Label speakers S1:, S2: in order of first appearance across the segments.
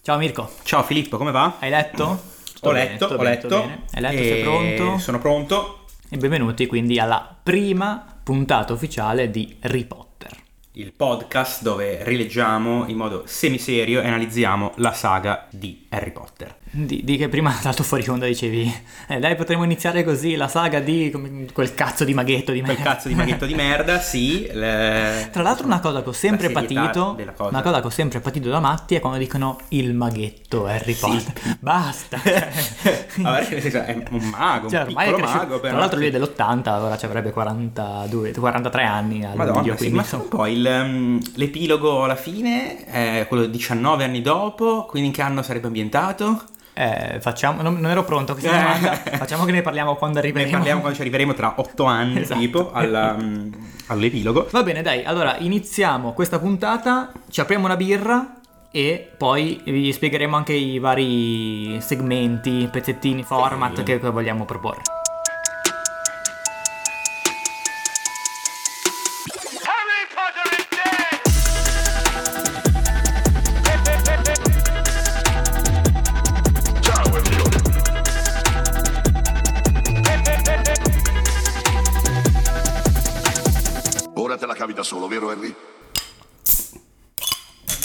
S1: Ciao Mirko,
S2: Ciao Filippo, come va?
S1: hai letto? Tutto
S2: ho
S1: bene,
S2: letto,
S1: tutto
S2: ho
S1: bene,
S2: letto.
S1: tutto bene. Hai letto, sei
S2: E
S1: pronto?
S2: Sono pronto.
S1: E benvenuti quindi alla prima puntata ufficiale di Harry Potter.
S2: Il podcast dove rileggiamo in modo semiserio e analizziamo la saga di Harry Potter.
S1: Di, di che prima dato fuori onda dicevi, eh, dai potremmo iniziare così la saga di come- quel cazzo di maghetto di me.
S2: Quel cazzo di maghetto di merda, sì. le-
S1: Eh. Tra l'altro una cosa che ho sempre
S2: La serietà
S1: patito,
S2: della cosa.
S1: una cosa che ho sempre patito da matti è quando dicono il maghetto Harry Potter. Basta.
S2: Vabbè, nel senso, è un mago,
S1: Cioè,
S2: un
S1: ormai è
S2: piccolo
S1: cresciuto.
S2: mago. Però.
S1: Tra l'altro lui è dell'80, allora ci avrebbe 42, 43 anni al
S2: Madonna,
S1: video,
S2: sì,
S1: quindi
S2: ma
S1: insomma-
S2: un po' il, ehm, l'epilogo alla fine, è quello 19 anni dopo, quindi in che anno sarebbe ambientato?
S1: Eh, facciamo, non, non ero pronto a questa domanda. facciamo che ne parliamo quando
S2: Eh. Ne
S1: arriveremo.
S2: parliamo quando ci arriveremo tra 8 anni,
S1: Esatto.
S2: tipo, alla, mm, all'epilogo.
S1: Va bene, dai, allora iniziamo questa puntata, ci apriamo una birra e poi vi spiegheremo anche i vari segmenti, pezzettini, format
S2: Sì.
S1: che che vogliamo proporre.
S3: Harry Potter is dead!
S4: Ora te la cavi da solo, vero Henry?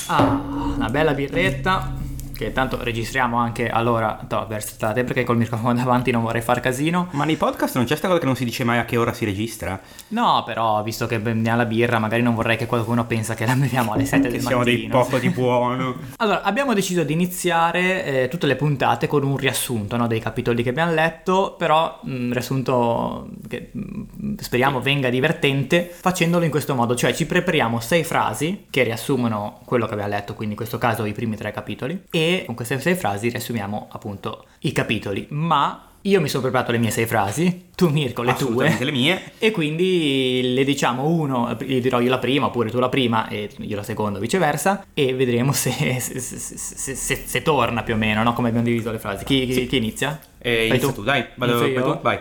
S1: Ah, una bella birretta che tanto registriamo anche allora, toh, versate perché col microfono davanti non vorrei far casino.
S2: Ma nei podcast non c'è sta cosa che non si dice mai a che ora si registra?
S1: No, però, visto che beviamo la birra, magari non vorrei che qualcuno pensa che la beviamo alle 7 del
S2: Che
S1: mattino.
S2: siamo dei poco di buono.
S1: Allora, abbiamo deciso di iniziare eh, tutte le puntate con un riassunto no, dei capitoli che abbiamo letto, però un riassunto che mm, speriamo venga divertente facendolo in questo modo, cioè ci prepariamo sei frasi che riassumono quello che abbiamo letto, quindi in questo caso i primi tre capitoli, e con queste sei frasi riassumiamo appunto i capitoli, ma... Io mi sono preparato le mie sei frasi, tu Mirko le tue.
S2: Assolutamente le mie.
S1: E quindi le diciamo uno, gli dirò io la prima, oppure tu la prima e io la seconda, viceversa, e vedremo se, se, se- se- se- se torna più o meno, no? Come abbiamo diviso le frasi. Chi, chi- chi inizia?
S2: Eh,
S1: Vai
S2: inizia tu, dai, vado,
S1: Inizio
S2: vai
S1: io?
S2: tu, vai.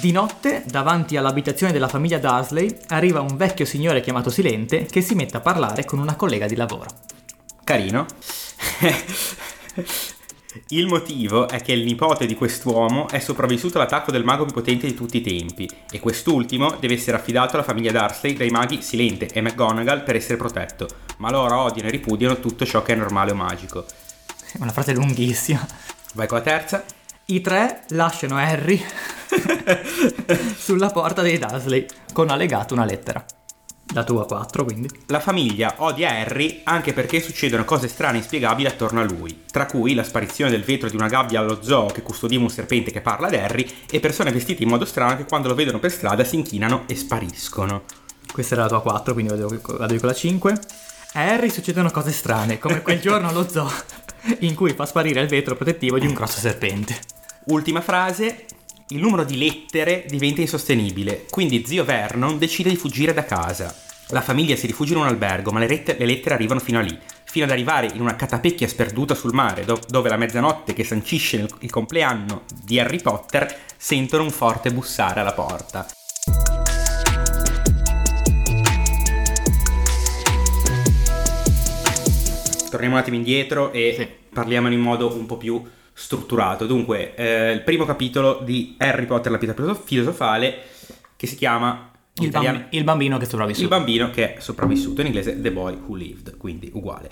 S1: Di notte, davanti all'abitazione della famiglia Dursley, arriva un vecchio signore chiamato Silente che si mette a parlare con una collega di lavoro.
S2: Carino. Il motivo è che il nipote di quest'uomo è sopravvissuto all'attacco del mago più potente di tutti i tempi e quest'ultimo deve essere affidato alla famiglia Dursley dai maghi Silente e McGonagall per essere protetto, ma loro odiano e ripudiano tutto ciò che è normale o magico.
S1: È una frase lunghissima.
S2: Vai con la terza.
S1: I tre lasciano Harry sulla porta dei Dursley con allegato una lettera. La tua 4, quindi.
S2: La famiglia odia Harry anche perché succedono cose strane e inspiegabili attorno a lui, tra cui la sparizione del vetro di una gabbia allo zoo che custodiva un serpente che parla ad Harry e persone vestite in modo strano che quando lo vedono per strada si inchinano e spariscono.
S1: Questa era la tua 4, quindi vado, vado io con la 5. A Harry succedono cose strane, come quel giorno allo zoo, in cui fa sparire il vetro protettivo di un grosso serpente.
S2: Ultima frase, il numero di lettere diventa insostenibile, quindi zio Vernon decide di fuggire da casa. La famiglia si rifugia in un albergo, ma le, rette- le lettere arrivano fino a lì, fino ad arrivare in una catapecchia sperduta sul mare, do- dove la mezzanotte che sancisce il, il compleanno di Harry Potter sentono un forte bussare alla porta. Torniamo un attimo indietro e
S1: Sì.
S2: parliamone in modo un po' più strutturato. Dunque, eh, il primo capitolo di Harry Potter la pietra filosof- filosofale che si chiama in
S1: Il,
S2: italiano-
S1: bambi- il bambino che è
S2: il
S1: sopravvissuto.
S2: bambino che è sopravvissuto, in inglese The Boy Who Lived, quindi uguale.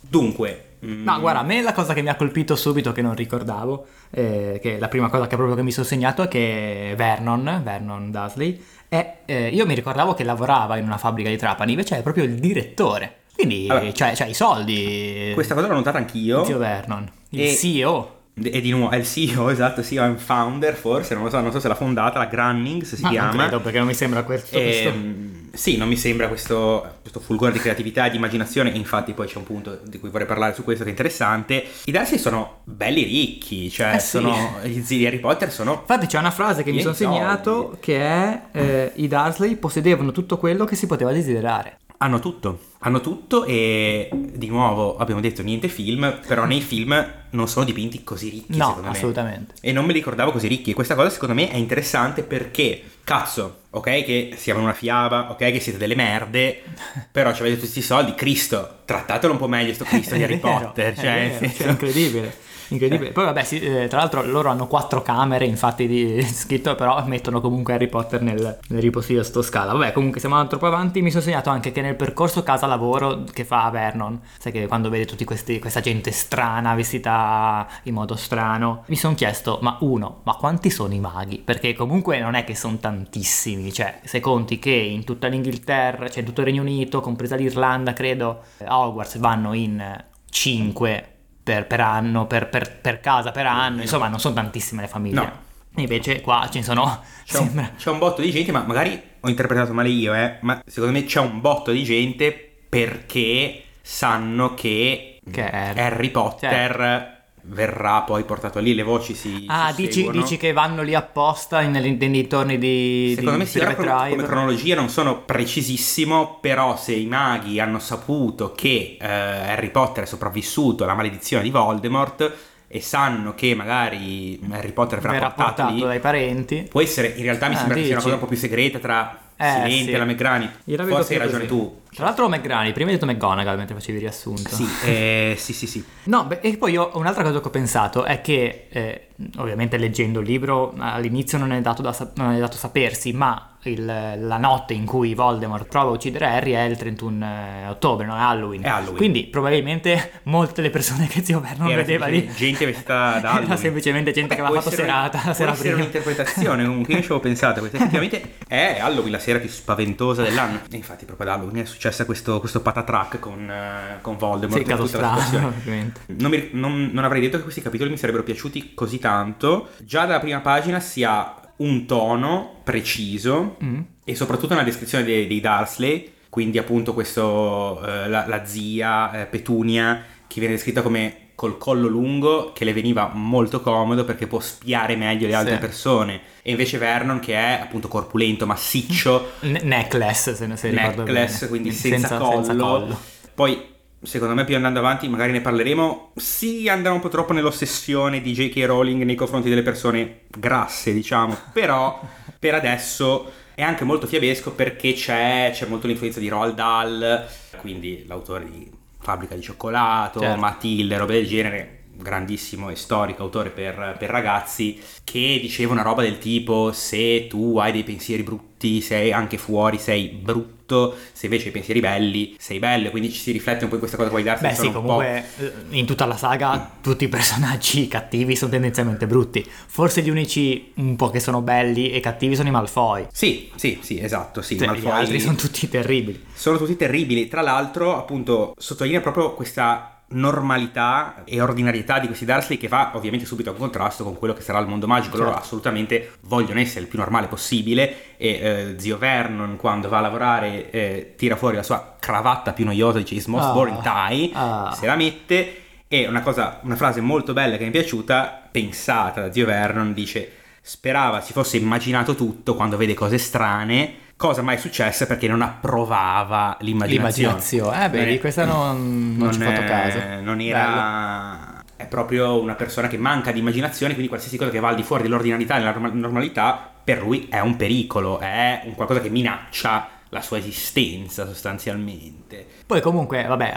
S2: Dunque, mm,
S1: No, guarda, a me la cosa che mi ha colpito subito, che non ricordavo, eh, che è la prima cosa che proprio che mi sono segnato è che Vernon, Vernon Dursley, è, eh, io mi ricordavo che lavorava in una fabbrica di Trapani, invece è proprio il direttore. Quindi,
S2: Allora,
S1: cioè, cioè, i soldi.
S2: questa cosa l'ho notata anch'io.
S1: Zio Vernon, il
S2: E-
S1: CEO.
S2: E di nuovo, è il CEO, esatto, CEO è un founder forse, non lo so, non so se l'ha fondata, la Grunnings si
S1: Ma non
S2: chiama.
S1: credo, perché non mi sembra questo.
S2: E,
S1: questo-
S2: mm, sì, non mi sembra questo, questo fulgore di creatività e di immaginazione. e Infatti, poi c'è un punto di cui vorrei parlare su questo che è interessante. I Darcy sono belli ricchi, cioè
S1: Eh sì.
S2: sono, gli zii di Harry Potter sono.
S1: Infatti c'è una frase che mi
S2: Io
S1: sono
S2: no.
S1: segnato che è eh, i Dursley possedevano tutto quello che si poteva desiderare.
S2: Hanno tutto, hanno tutto e di nuovo abbiamo detto niente film, però nei film non sono dipinti così ricchi.
S1: no,
S2: secondo me.
S1: assolutamente.
S2: E non me li ricordavo così ricchi. E questa cosa secondo me è interessante perché, cazzo, ok che siamo in una fiaba, ok che siete delle merde, però ci avete tutti questi soldi, Cristo, trattatelo un po' meglio sto Cristo di
S1: È
S2: Harry
S1: vero,
S2: Potter,
S1: è
S2: cioè, nel
S1: vero,
S2: senso-
S1: cioè, incredibile. Incredibile. Poi vabbè, sì, eh, tra l'altro loro hanno quattro camere, infatti di scritto, però mettono comunque Harry Potter nel, nel ripostiglio a sto scala. Vabbè, comunque siamo andati troppo avanti. Mi sono segnato anche che nel percorso casa-lavoro che fa Vernon, sai che quando vede tutti questi questa gente strana, vestita in modo strano, mi sono chiesto, ma uno, ma quanti sono i maghi? Perché comunque non è che sono tantissimi, cioè se conti che in tutta l'Inghilterra, cioè in tutto il Regno Unito, compresa l'Irlanda, credo, a Hogwarts vanno in 5 per, per anno, per, per- per casa per anno, insomma non sono tantissime le famiglie.
S2: Mm. No.
S1: Invece qua ce ne sono,
S2: C'è un,
S1: sembra,
S2: c'è un botto di gente, ma magari ho interpretato male io, eh, ma secondo me c'è un botto di gente perché sanno che,
S1: Che è-
S2: Harry Potter verrà poi portato lì, le voci si
S1: Ah,
S2: si
S1: dici,
S2: seguono.
S1: dici che vanno lì apposta in- nei nei dintorni di
S2: Secondo
S1: di
S2: me sì, ora
S1: Private
S2: come-
S1: Drive?
S2: come cronologia non sono precisissimo, però se i maghi hanno saputo che eh, Harry Potter è sopravvissuto alla maledizione di Voldemort e sanno che magari Harry Potter verrà,
S1: verrà
S2: portato,
S1: portato
S2: lì,
S1: dai parenti.
S2: Può essere, in realtà mi
S1: Ah,
S2: sembra che sia una
S1: dici?
S2: cosa un po' più segreta tra
S1: Eh,
S2: Silente
S1: sì.
S2: e la Megrani.
S1: Io l'avevo
S2: Forse hai
S1: capito
S2: ragione
S1: così.
S2: tu.
S1: Tra l'altro McGrani, prima hai detto McGonagall mentre facevi il riassunto.
S2: Sì, eh, sì, sì, sì.
S1: No, beh, e poi io un'altra cosa che ho pensato è che, eh, ovviamente leggendo il libro all'inizio non è dato, da sa- non è dato sapersi, ma il- la notte in cui Voldemort prova a uccidere Harry è il 31 eh, ottobre, no? È Halloween.
S2: È Halloween.
S1: Quindi probabilmente molte delle persone che zio Vernon
S2: Era
S1: vedeva lì...
S2: semplicemente gente vestita da
S1: Era
S2: Halloween.
S1: semplicemente gente
S2: Vabbè,
S1: che aveva
S2: può
S1: fatto
S2: essere-
S1: serata la
S2: può
S1: sera
S2: essere
S1: prima.
S2: un'interpretazione comunque, io ci avevo pensato, perché effettivamente è Halloween la sera più spaventosa dell'anno. E infatti proprio ad Halloween è successo questo, questo patatrack con, eh, con Voldemort
S1: Sì,
S2: e
S1: caso
S2: tutta la
S1: strano,
S2: situazione.
S1: ovviamente.
S2: Non, mi- non- non avrei detto che questi capitoli mi sarebbero piaciuti così tanto. Già dalla prima pagina si ha un tono preciso
S1: Mm.
S2: e soprattutto una descrizione dei, dei Dursley, quindi appunto questo, eh, la, la zia eh, Petunia che viene descritta come col collo lungo che le veniva molto comodo perché può spiare meglio le altre
S1: Sì.
S2: persone e invece Vernon che è appunto corpulento, massiccio,
S1: Ne- necklace, se ne se ricordo
S2: necklace,
S1: bene.
S2: quindi senza,
S1: senza collo.
S2: Poi, secondo me, più andando avanti, magari ne parleremo. Si andrà un po' troppo nell'ossessione di J.K. Rowling nei confronti delle persone grasse, diciamo. Però, per adesso è anche molto fiabesco perché c'è, c'è molto l'influenza di Roald Dahl, quindi l'autore di Fabbrica di Cioccolato,
S1: Certo.
S2: Matilde, robe del genere. Grandissimo e storico autore per, per ragazzi che diceva una roba del tipo: Se tu hai dei pensieri brutti, sei anche fuori, sei brutto, se invece hai pensieri belli, sei bello. Quindi ci si riflette un po' in questa cosa qua di Darcy.
S1: Beh sì, comunque eh, in tutta la saga tutti i personaggi cattivi sono tendenzialmente brutti. Forse gli unici un po' che sono belli e cattivi sono i Malfoy.
S2: Sì, sì, sì, esatto. Sì,
S1: Cioè, Gli
S2: Malfoy-
S1: altri sono tutti terribili.
S2: sono tutti terribili. Tra l'altro, appunto, sottolinea proprio questa normalità e ordinarietà di questi Dursley che va ovviamente subito a contrasto con quello che sarà il mondo magico. Loro
S1: Certo.
S2: assolutamente vogliono essere il più normale possibile e eh, zio Vernon quando va a lavorare eh, tira fuori la sua cravatta più noiosa, dice It's most
S1: Ah,
S2: boring tie,
S1: ah.
S2: se la mette e una cosa, una frase molto bella che mi è piaciuta, pensata da zio Vernon, dice Sperava si fosse immaginato tutto quando vede cose strane, cosa mai successa perché non approvava l'immaginazione.
S1: L'immaginazione. Eh, beh, di questa non- non ci ho fatto
S2: è-
S1: caso.
S2: Non era... È proprio una persona che manca di immaginazione, quindi qualsiasi cosa che va al di fuori dell'ordinarietà e della norma- normalità, per lui è un pericolo, è un qualcosa che minaccia la sua esistenza sostanzialmente.
S1: Poi comunque, vabbè,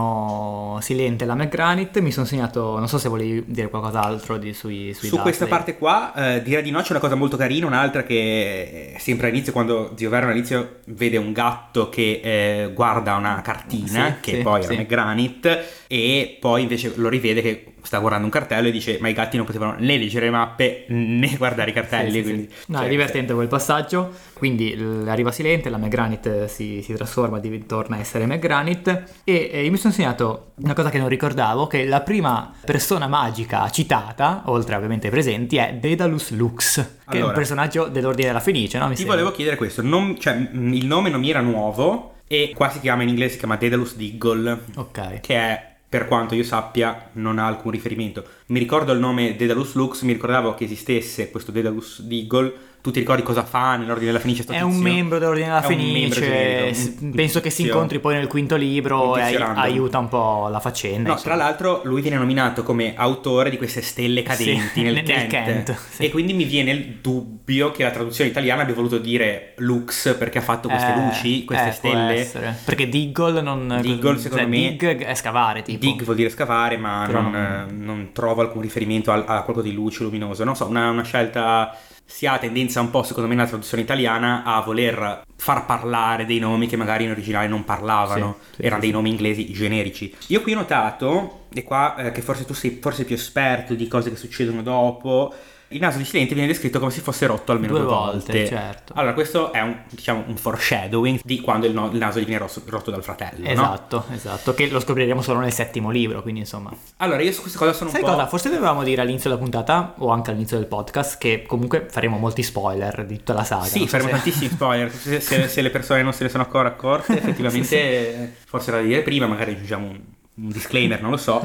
S1: arrivano Silente e la McGranit. Mi sono segnato, non so se volevi dire qualcos'altro di, sui, sui
S2: Su questa
S1: Dursley.
S2: parte qua, eh, direi di no, c'è una cosa molto carina, un'altra che eh, sempre all'inizio, quando Zio Verno all'inizio vede un gatto che eh, guarda una cartina,
S1: Sì,
S2: che
S1: sì,
S2: poi era
S1: sì.
S2: McGranit, e poi invece lo rivede che sta guardando un cartello e dice ma i gatti non potevano né leggere le mappe né guardare i cartelli,
S1: Sì, sì,
S2: quindi...
S1: sì. No,
S2: cioè,
S1: è divertente quel passaggio. Quindi l- arriva Silente, la McGranit si, si trasforma, div- torna a essere McGranit. E eh, mi sono segnato una cosa che non ricordavo: che la prima persona magica citata, oltre ovviamente ai presenti, è Dedalus Lux, che è un
S2: Allora.
S1: personaggio dell'ordine della Fenice, no? Mi
S2: cioè, Ti
S1: sembra.
S2: volevo chiedere questo, non- cioè, mh, il nome non mi era nuovo, e qua si chiama in inglese, si chiama Daedalus Diggle,
S1: Ok.
S2: che è, per quanto io sappia, non ha alcun riferimento. Mi ricordo il nome Dedalus Lux, mi ricordavo che esistesse questo Dedalus Deagle, tu ti ricordi cosa fa nell'ordine della Fenice sto
S1: È un
S2: tizio?
S1: membro dell'Ordine della
S2: È un
S1: Fenice,
S2: membro
S1: eh,
S2: generico,
S1: s-
S2: un-
S1: penso che si
S2: tizio-
S1: incontri poi nel quinto libro
S2: un
S1: e
S2: tizio
S1: ai-
S2: random.
S1: aiuta un po' la faccenda.
S2: No,
S1: insomma.
S2: tra l'altro lui viene nominato come autore di queste stelle cadenti
S1: Sì,
S2: nel,
S1: nel- nel
S2: Kent,
S1: Kent, sì.
S2: e quindi mi viene il dubbio che la traduzione italiana abbia voluto dire lux perché ha fatto queste
S1: Eh,
S2: luci, queste
S1: eh, può
S2: stelle.
S1: essere. Perché Diggle non...
S2: Diggle, secondo
S1: cioè,
S2: me-
S1: Dig è scavare, tipo.
S2: Dig vuol dire scavare, ma
S1: Però
S2: non, eh, non trovo alcun riferimento al- a, qualcosa di luce, luminoso. Non so, una, una scelta si ha tendenza un po', secondo me, nella traduzione italiana a voler far parlare dei nomi che magari in originale non parlavano,
S1: Sì, sì,
S2: erano
S1: sì,
S2: dei nomi inglesi generici. Io qui ho notato, e qua eh, che forse tu sei forse più esperto di cose che succedono dopo, il naso di Silente viene descritto come se fosse rotto almeno due,
S1: Due volte, certo.
S2: Allora, questo è un, diciamo, un foreshadowing di quando il, no- il naso gli viene rosso- rotto dal fratello, no?
S1: Esatto, esatto, che lo scopriremo solo nel settimo libro, quindi insomma.
S2: Allora, io su questa cosa sono
S1: Sai
S2: un po'...
S1: cosa? Forse dovevamo dire all'inizio della puntata o anche all'inizio del podcast che comunque faremo molti spoiler di tutta la saga.
S2: Sì,
S1: non so
S2: faremo
S1: se-
S2: tantissimi spoiler. Se, se- se le persone non se ne sono ancora accorte, effettivamente eh, forse era da dire prima, magari aggiungiamo un, un disclaimer, non lo so.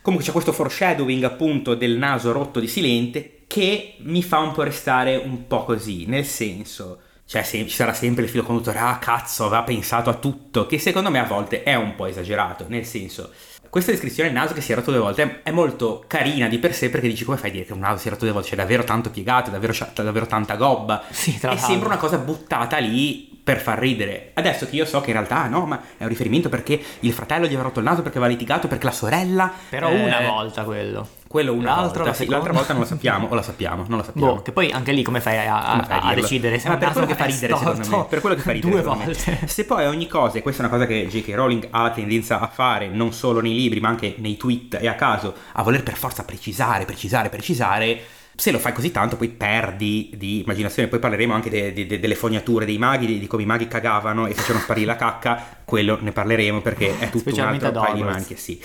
S2: Comunque c'è questo foreshadowing appunto del naso rotto di Silente che mi fa un po' restare un po' così, nel senso, cioè se- ci sarà sempre il filo conduttore, ah cazzo, aveva pensato a tutto, che secondo me a volte è un po' esagerato, nel senso, questa descrizione del naso che si è rotto due volte è molto carina di per sé perché dici come fai a dire che un naso si è rotto due volte? C'è davvero tanto piegato, davvero, c'ha- davvero tanta gobba.
S1: Sì, tra
S2: e
S1: l'altro.
S2: sembra una cosa buttata lì per far ridere. Adesso che io so che in realtà ah, no, ma è un riferimento perché il fratello gli aveva rotto il naso perché aveva litigato, perché la sorella...
S1: Però
S2: eh,
S1: una volta quello.
S2: Quello una
S1: L'altro
S2: volta,
S1: la
S2: sì,
S1: seconda.
S2: l'altra volta non lo sappiamo, o la sappiamo, non lo sappiamo.
S1: Boh, che poi anche lì come fai a, a-
S2: Come fai a
S1: a
S2: dirlo?
S1: decidere se
S2: Ma
S1: un
S2: per quello
S1: naso
S2: che fa
S1: è
S2: ridere, secondo
S1: storto
S2: me. Per quello che fa ridere,
S1: Due
S2: secondo me.
S1: volte.
S2: Se poi ogni cosa, e questa è una cosa che J.K. Rowling ha tendenza a fare, non solo nei libri, ma anche nei tweet e a caso, a voler per forza precisare, precisare, precisare. Se lo fai così tanto, poi perdi di immaginazione. Poi parleremo anche de- de- de- delle fognature dei maghi, di, di come i maghi cagavano e facevano sparire la cacca. Quello ne parleremo perché è tutto un
S1: Specialmente
S2: altro
S1: ad
S2: paio di
S1: Hogwarts.
S2: maniche, sì.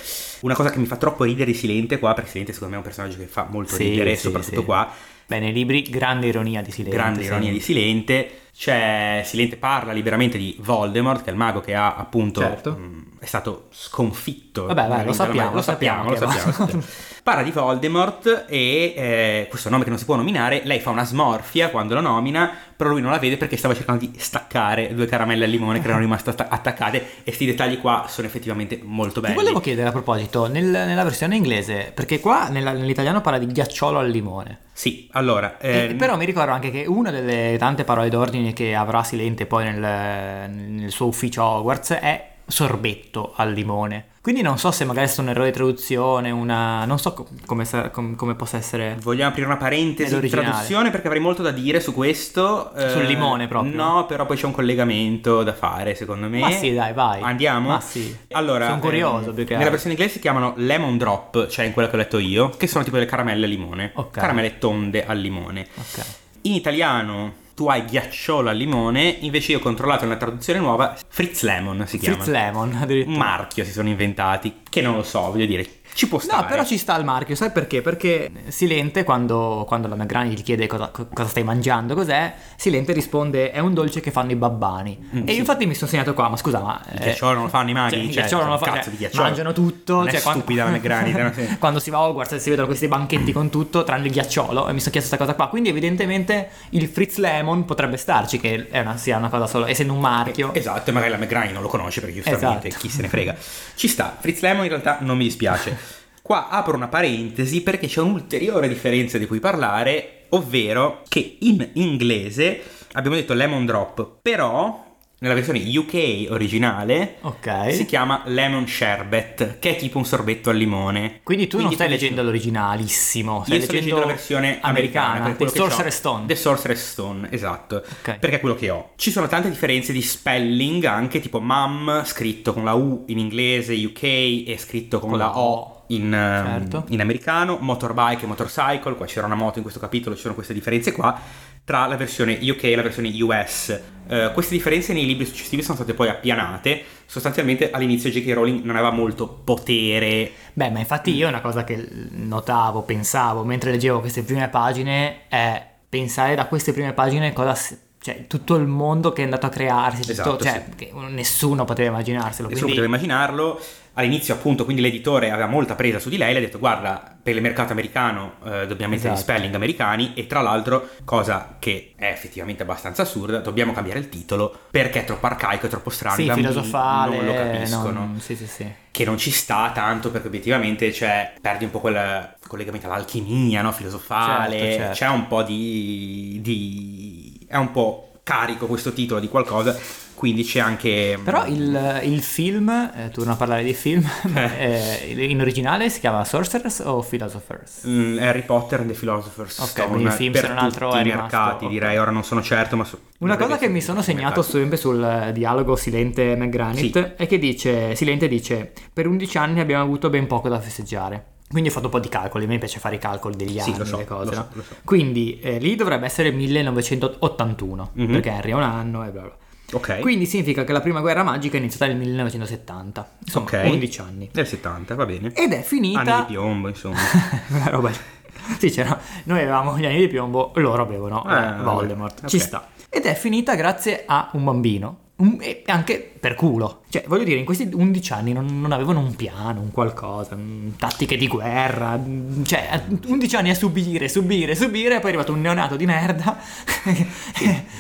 S2: Una cosa che mi fa troppo ridere Silente qua, perché Silente secondo me è un personaggio che fa molto
S1: Sì,
S2: ridere,
S1: sì,
S2: soprattutto
S1: sì.
S2: qua,
S1: Beh, nei libri grande ironia di silenzio.
S2: grande
S1: sì.
S2: ironia di Silente. C'è Silente parla liberamente di Voldemort, che è il mago che ha appunto
S1: Certo.
S2: mh, è stato sconfitto.
S1: Vabbè, dai, lo sappiamo,
S2: lo sappiamo, lo
S1: che
S2: sappiamo,
S1: va.
S2: lo sappiamo. Parla di Voldemort e eh, questo nome che non si può nominare, lei fa una smorfia quando lo nomina, però lui non la vede perché stava cercando di staccare due caramelle al limone che erano rimaste atta- attaccate e questi dettagli qua sono effettivamente molto belli.
S1: Ti volevo chiedere a proposito, nel- nella versione inglese, perché qua nella- nell'italiano parla di ghiacciolo al limone.
S2: Sì, allora,
S1: E-
S2: eh,
S1: però mi ricordo anche che una delle tante parole d'ordine che avrà Silente poi nel, nel suo ufficio a Hogwarts è sorbetto al limone. Quindi non so se magari è stato un errore di traduzione, una... non so co- come, sa- com- come possa essere...
S2: Vogliamo aprire una parentesi in
S1: Nell'originale.
S2: traduzione perché avrei molto da dire su questo. eh,
S1: Sul limone proprio.
S2: No, però poi c'è un collegamento da fare, secondo me.
S1: Ma sì, Eh, dai, vai.
S2: Andiamo?
S1: Ma sì.
S2: Allora,
S1: Sono curioso,
S2: ehm,
S1: più che
S2: nella
S1: altro.
S2: versione inglese si chiamano lemon drop, cioè in quella che ho letto io, che sono tipo le caramelle al limone.
S1: Ok.
S2: Caramelle tonde al limone.
S1: Ok.
S2: In italiano tu hai ghiacciolo al limone, invece io ho controllato nella traduzione nuova Fritz Lemon si chiama. Mm.
S1: Fritz Lemon
S2: Un
S1: addirittura.
S2: marchio si sono inventati, che non lo so, voglio dire, ci può stare.
S1: No, però ci sta il marchio, sai perché? Perché Silente, quando, quando la Magrani gli chiede cosa, co- cosa stai mangiando, cos'è, Silente risponde è un dolce che fanno i babbani. e io infatti mi sono segnato qua, ma scusa, ma... eh,
S2: Il ghiacciolo non lo fanno Mm, i maghi?
S1: Cioè, il
S2: Cioè,
S1: ghiacciolo non lo
S2: cazzo
S1: fanno,
S2: di
S1: cioè,
S2: ghiacciolo.
S1: mangiano tutto.
S2: Non è
S1: cioè, quando-
S2: stupida la Negrani, te lo sei-
S1: quando si va a Hogwarts e si vedono questi banchetti con tutto, tranne il ghiacciolo, e mi sono chiesto questa cosa qua. Quindi evidentemente il Fritz Lemon potrebbe starci, che è una, sia una cosa solo, essendo un marchio.
S2: Esatto, e magari la McGrane non lo conosce perché giustamente
S1: Esatto.
S2: chi se ne frega. Ci sta, Fritz Lemon in realtà non mi dispiace. Qua apro una parentesi perché c'è un'ulteriore differenza di cui parlare, ovvero che in inglese abbiamo detto lemon drop, però nella versione UK originale
S1: Ok.
S2: si chiama lemon sherbet, che è tipo un sorbetto al limone.
S1: Quindi tu non
S2: Quindi
S1: stai
S2: tu dici-
S1: leggendo l'originalissimo, stai
S2: Io sto leggendo la versione americana, per
S1: The
S2: quello che
S1: Sorcerer's
S2: c'ho.
S1: Stone.
S2: The Sorcerer's Stone, esatto.
S1: Ok.
S2: Perché è quello che ho. Ci sono tante differenze di spelling anche, tipo mum scritto con la U in inglese, UK e scritto con,
S1: Con
S2: la
S1: la
S2: O in, ehm,
S1: Certo.
S2: in americano, motorbike e motorcycle, qua c'era una moto in questo capitolo, ci sono queste differenze qua, tra la versione UK e la versione US. Eh, queste differenze nei libri successivi sono state poi appianate, sostanzialmente all'inizio J.K. Rowling non aveva molto potere
S1: Beh, ma infatti io una cosa che notavo, pensavo mentre leggevo queste prime pagine è pensare da queste prime pagine cosa s- cioè tutto il mondo che è andato a crearsi, tutto-
S2: Esatto,
S1: cioè
S2: sì.
S1: che nessuno poteva immaginarselo,
S2: Nessuno
S1: quindi
S2: poteva immaginarlo. All'inizio appunto quindi l'editore aveva molta presa su di lei, le ha detto guarda per il mercato americano eh, dobbiamo mettere gli
S1: Esatto.
S2: spelling americani e tra l'altro cosa che è effettivamente abbastanza assurda, dobbiamo cambiare il titolo perché è troppo arcaico, è troppo strano, i
S1: sì,
S2: bambini
S1: filosofale.
S2: non lo
S1: eh,
S2: capiscono
S1: non- sì, sì, sì.
S2: che non ci sta tanto perché obiettivamente cioè, perdi un po' quel collegamento all'alchimia no? filosofale,
S1: Certo, certo.
S2: c'è un po' di, di- è un po' carico questo titolo di qualcosa, quindi c'è anche...
S1: Però il, il film, eh, torno a parlare di film, eh, in originale si chiama Sorcerers o Philosophers?
S2: Mm, Harry Potter and the Philosopher's
S1: Ok,
S2: Stone
S1: quindi il film,
S2: per
S1: se non altro,
S2: tutti
S1: è
S2: i
S1: rimasto,
S2: mercati
S1: ok.
S2: direi, ora non sono certo ma... so-
S1: Una
S2: dovrebbe
S1: cosa che
S2: essere
S1: mi sono
S2: tutti i
S1: segnato
S2: mercati.
S1: sempre sul eh, dialogo Silente e McGranit è che dice, Silente dice, per 11 anni abbiamo avuto ben poco da festeggiare. Quindi ho fatto un po' di calcoli, a me piace fare i calcoli degli
S2: Sì,
S1: anni,
S2: lo so,
S1: le cose.
S2: lo so,
S1: no?
S2: lo so.
S1: Quindi eh, lì dovrebbe essere 1981,
S2: Mhm.
S1: perché Henry ha un anno e bla bla.
S2: Ok,
S1: Quindi significa che la prima guerra magica è iniziata nel 1970, insomma
S2: Ok.
S1: 11 anni.
S2: del 70 va bene.
S1: Ed è
S2: Anni
S1: finita...
S2: di piombo insomma.
S1: Quella roba lì. Sì, c'era. Noi avevamo gli anni di piombo, loro avevano eh,
S2: Eh, vabbè.
S1: Voldemort.
S2: Ok.
S1: Ci sta. Ed è finita grazie a un bambino. Un- e anche per culo. Cioè, voglio dire, in questi 11 anni non, non avevano un piano, un qualcosa, un- tattiche di guerra. mm, Cioè, a 11 anni a subire, subire, subire, e poi è arrivato un neonato di merda.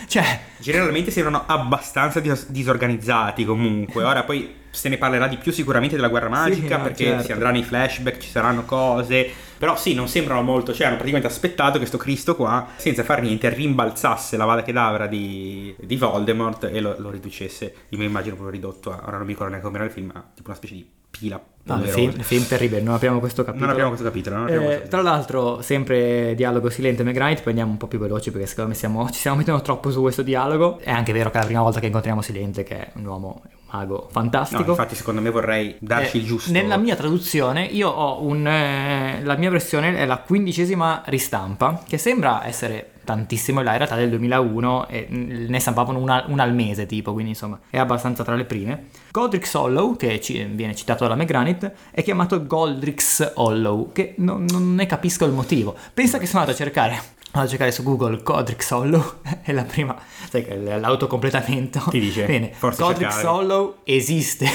S1: cioè,
S2: Generalmente sembrano abbastanza dis- disorganizzati comunque. Ora poi se ne parlerà di più sicuramente della guerra magica
S1: no,
S2: perché
S1: certo.
S2: si andrà nei flashback, ci saranno cose. Però sì, non sembrano molto, cioè hanno praticamente aspettato che sto Cristo qua, senza far niente, rimbalzasse la Vada Kedavra di, di Voldemort e lo, lo riducesse. Io me lo immagino proprio ridotto, a, ora non mi ricordo neanche come era il film, ma tipo una specie di pila.
S1: no, il
S2: polverosa.
S1: film, il film terribile, non apriamo questo capitolo.
S2: Non abbiamo questo capitolo, non abbiamo
S1: Eh,
S2: questo
S1: tra
S2: capitolo.
S1: l'altro, sempre dialogo silente McGrind, poi andiamo un po' più veloci perché secondo me siamo- ci stiamo mettendo troppo su questo dialogo. È anche vero che è la prima volta che incontriamo Silente, che è un uomo, un mago
S2: No,
S1: fantastico.
S2: infatti secondo me vorrei darci
S1: Eh,
S2: il giusto.
S1: Nella mia traduzione, io ho un. eh, la mia versione è la quindicesima ristampa, che sembra essere tantissimo, là in realtà è del 2001 e mm, ne stampavano una, una al mese, tipo, quindi insomma è abbastanza tra le prime. Godric's Hollow, che ci- viene citato dalla McGranit, è chiamato Goldric's Hollow, che non, non ne capisco il motivo. Pensa che sono andato a cercare. Vado a cercare su Google Godric's Hollow è la prima, sai che è l'autocompletamento.
S2: Ti dice,
S1: Bene,
S2: forse
S1: Godric's
S2: cercare.
S1: Hollow esiste.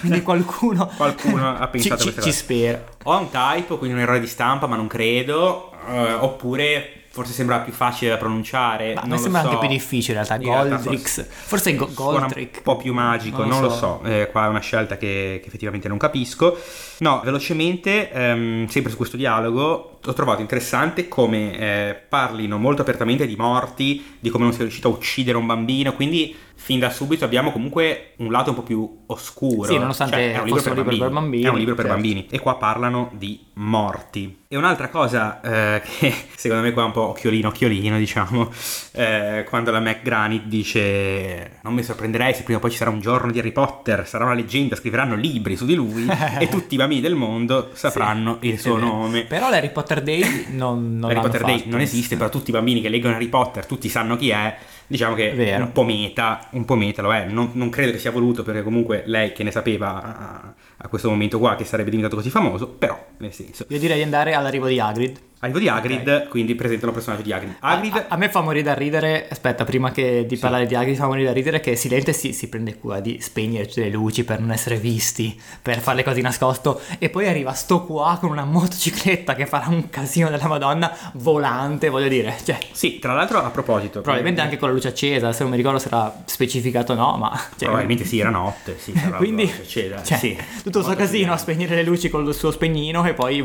S1: Quindi qualcuno,
S2: Qualcuno ha pensato a
S1: ci,
S2: questa
S1: ci,
S2: cosa.
S1: ci spera.
S2: O è un typo, quindi un errore di stampa, ma non credo. eh, oppure forse sembra più facile da pronunciare.
S1: Ma a
S2: Eh, non
S1: me
S2: lo
S1: sembra
S2: so.
S1: anche più difficile in realtà.
S2: In realtà
S1: Goldrix.
S2: forse-
S1: forse Go-
S2: suona
S1: Goldrick.
S2: Un po' più magico, non, lo so. Eh, qua è una scelta che, che effettivamente non capisco. No, velocemente, ehm, sempre su questo dialogo, ho trovato interessante come eh, parlino molto apertamente di morti, di come non sia riuscito a uccidere un bambino. Quindi, fin da subito abbiamo comunque un lato un po' più oscuro.
S1: Sì, nonostante
S2: Cioè, è un libro,
S1: fosse
S2: per,
S1: un libro
S2: bambini.
S1: per bambini,
S2: È un libro per
S1: certo.
S2: bambini. E qua parlano di morti. E un'altra cosa eh, che secondo me qua è un po' occhiolino, occhiolino, diciamo, eh, quando la McGranit dice non mi sorprenderei se prima o poi ci sarà un giorno di Harry Potter, sarà una leggenda, scriveranno libri su di lui e tutti i bambini del mondo sapranno il suo
S1: Eh,
S2: nome.
S1: Però l'Harry Potter Day non, non
S2: Harry
S1: l'hanno
S2: Potter Day
S1: fatto.
S2: non esiste, però tutti i bambini che leggono Harry Potter, tutti sanno chi è, diciamo che
S1: Vero.
S2: un po' meta, un po' meta lo è, non, non credo che sia voluto perché comunque lei che ne sapeva a, a questo momento qua che sarebbe diventato così famoso, però nel senso.
S1: Io direi di andare all'arrivo di Hagrid.
S2: Arrivo di Hagrid, quindi presentano il personaggio di Hagrid. Hagrid
S1: A, a me fa morire da ridere. Aspetta, prima che di parlare di Hagrid, fa morire da ridere che Silente si, si prende cura di spegnere tutte le luci per non essere visti, per fare le cose di nascosto. E poi arriva sto qua con una motocicletta che farà un casino della Madonna volante, voglio dire. Cioè,
S2: Sì, tra l'altro a proposito, eh,
S1: probabilmente anche con la luce accesa. Se non mi ricordo se era specificato o no, ma. Cioè,
S2: probabilmente sì, era notte, sì, sarà-
S1: Quindi,
S2: succede,
S1: cioè,
S2: sì.
S1: tutto il suo
S2: Molto
S1: casino a
S2: figo.
S1: spegnere le luci col suo spegnino e poi.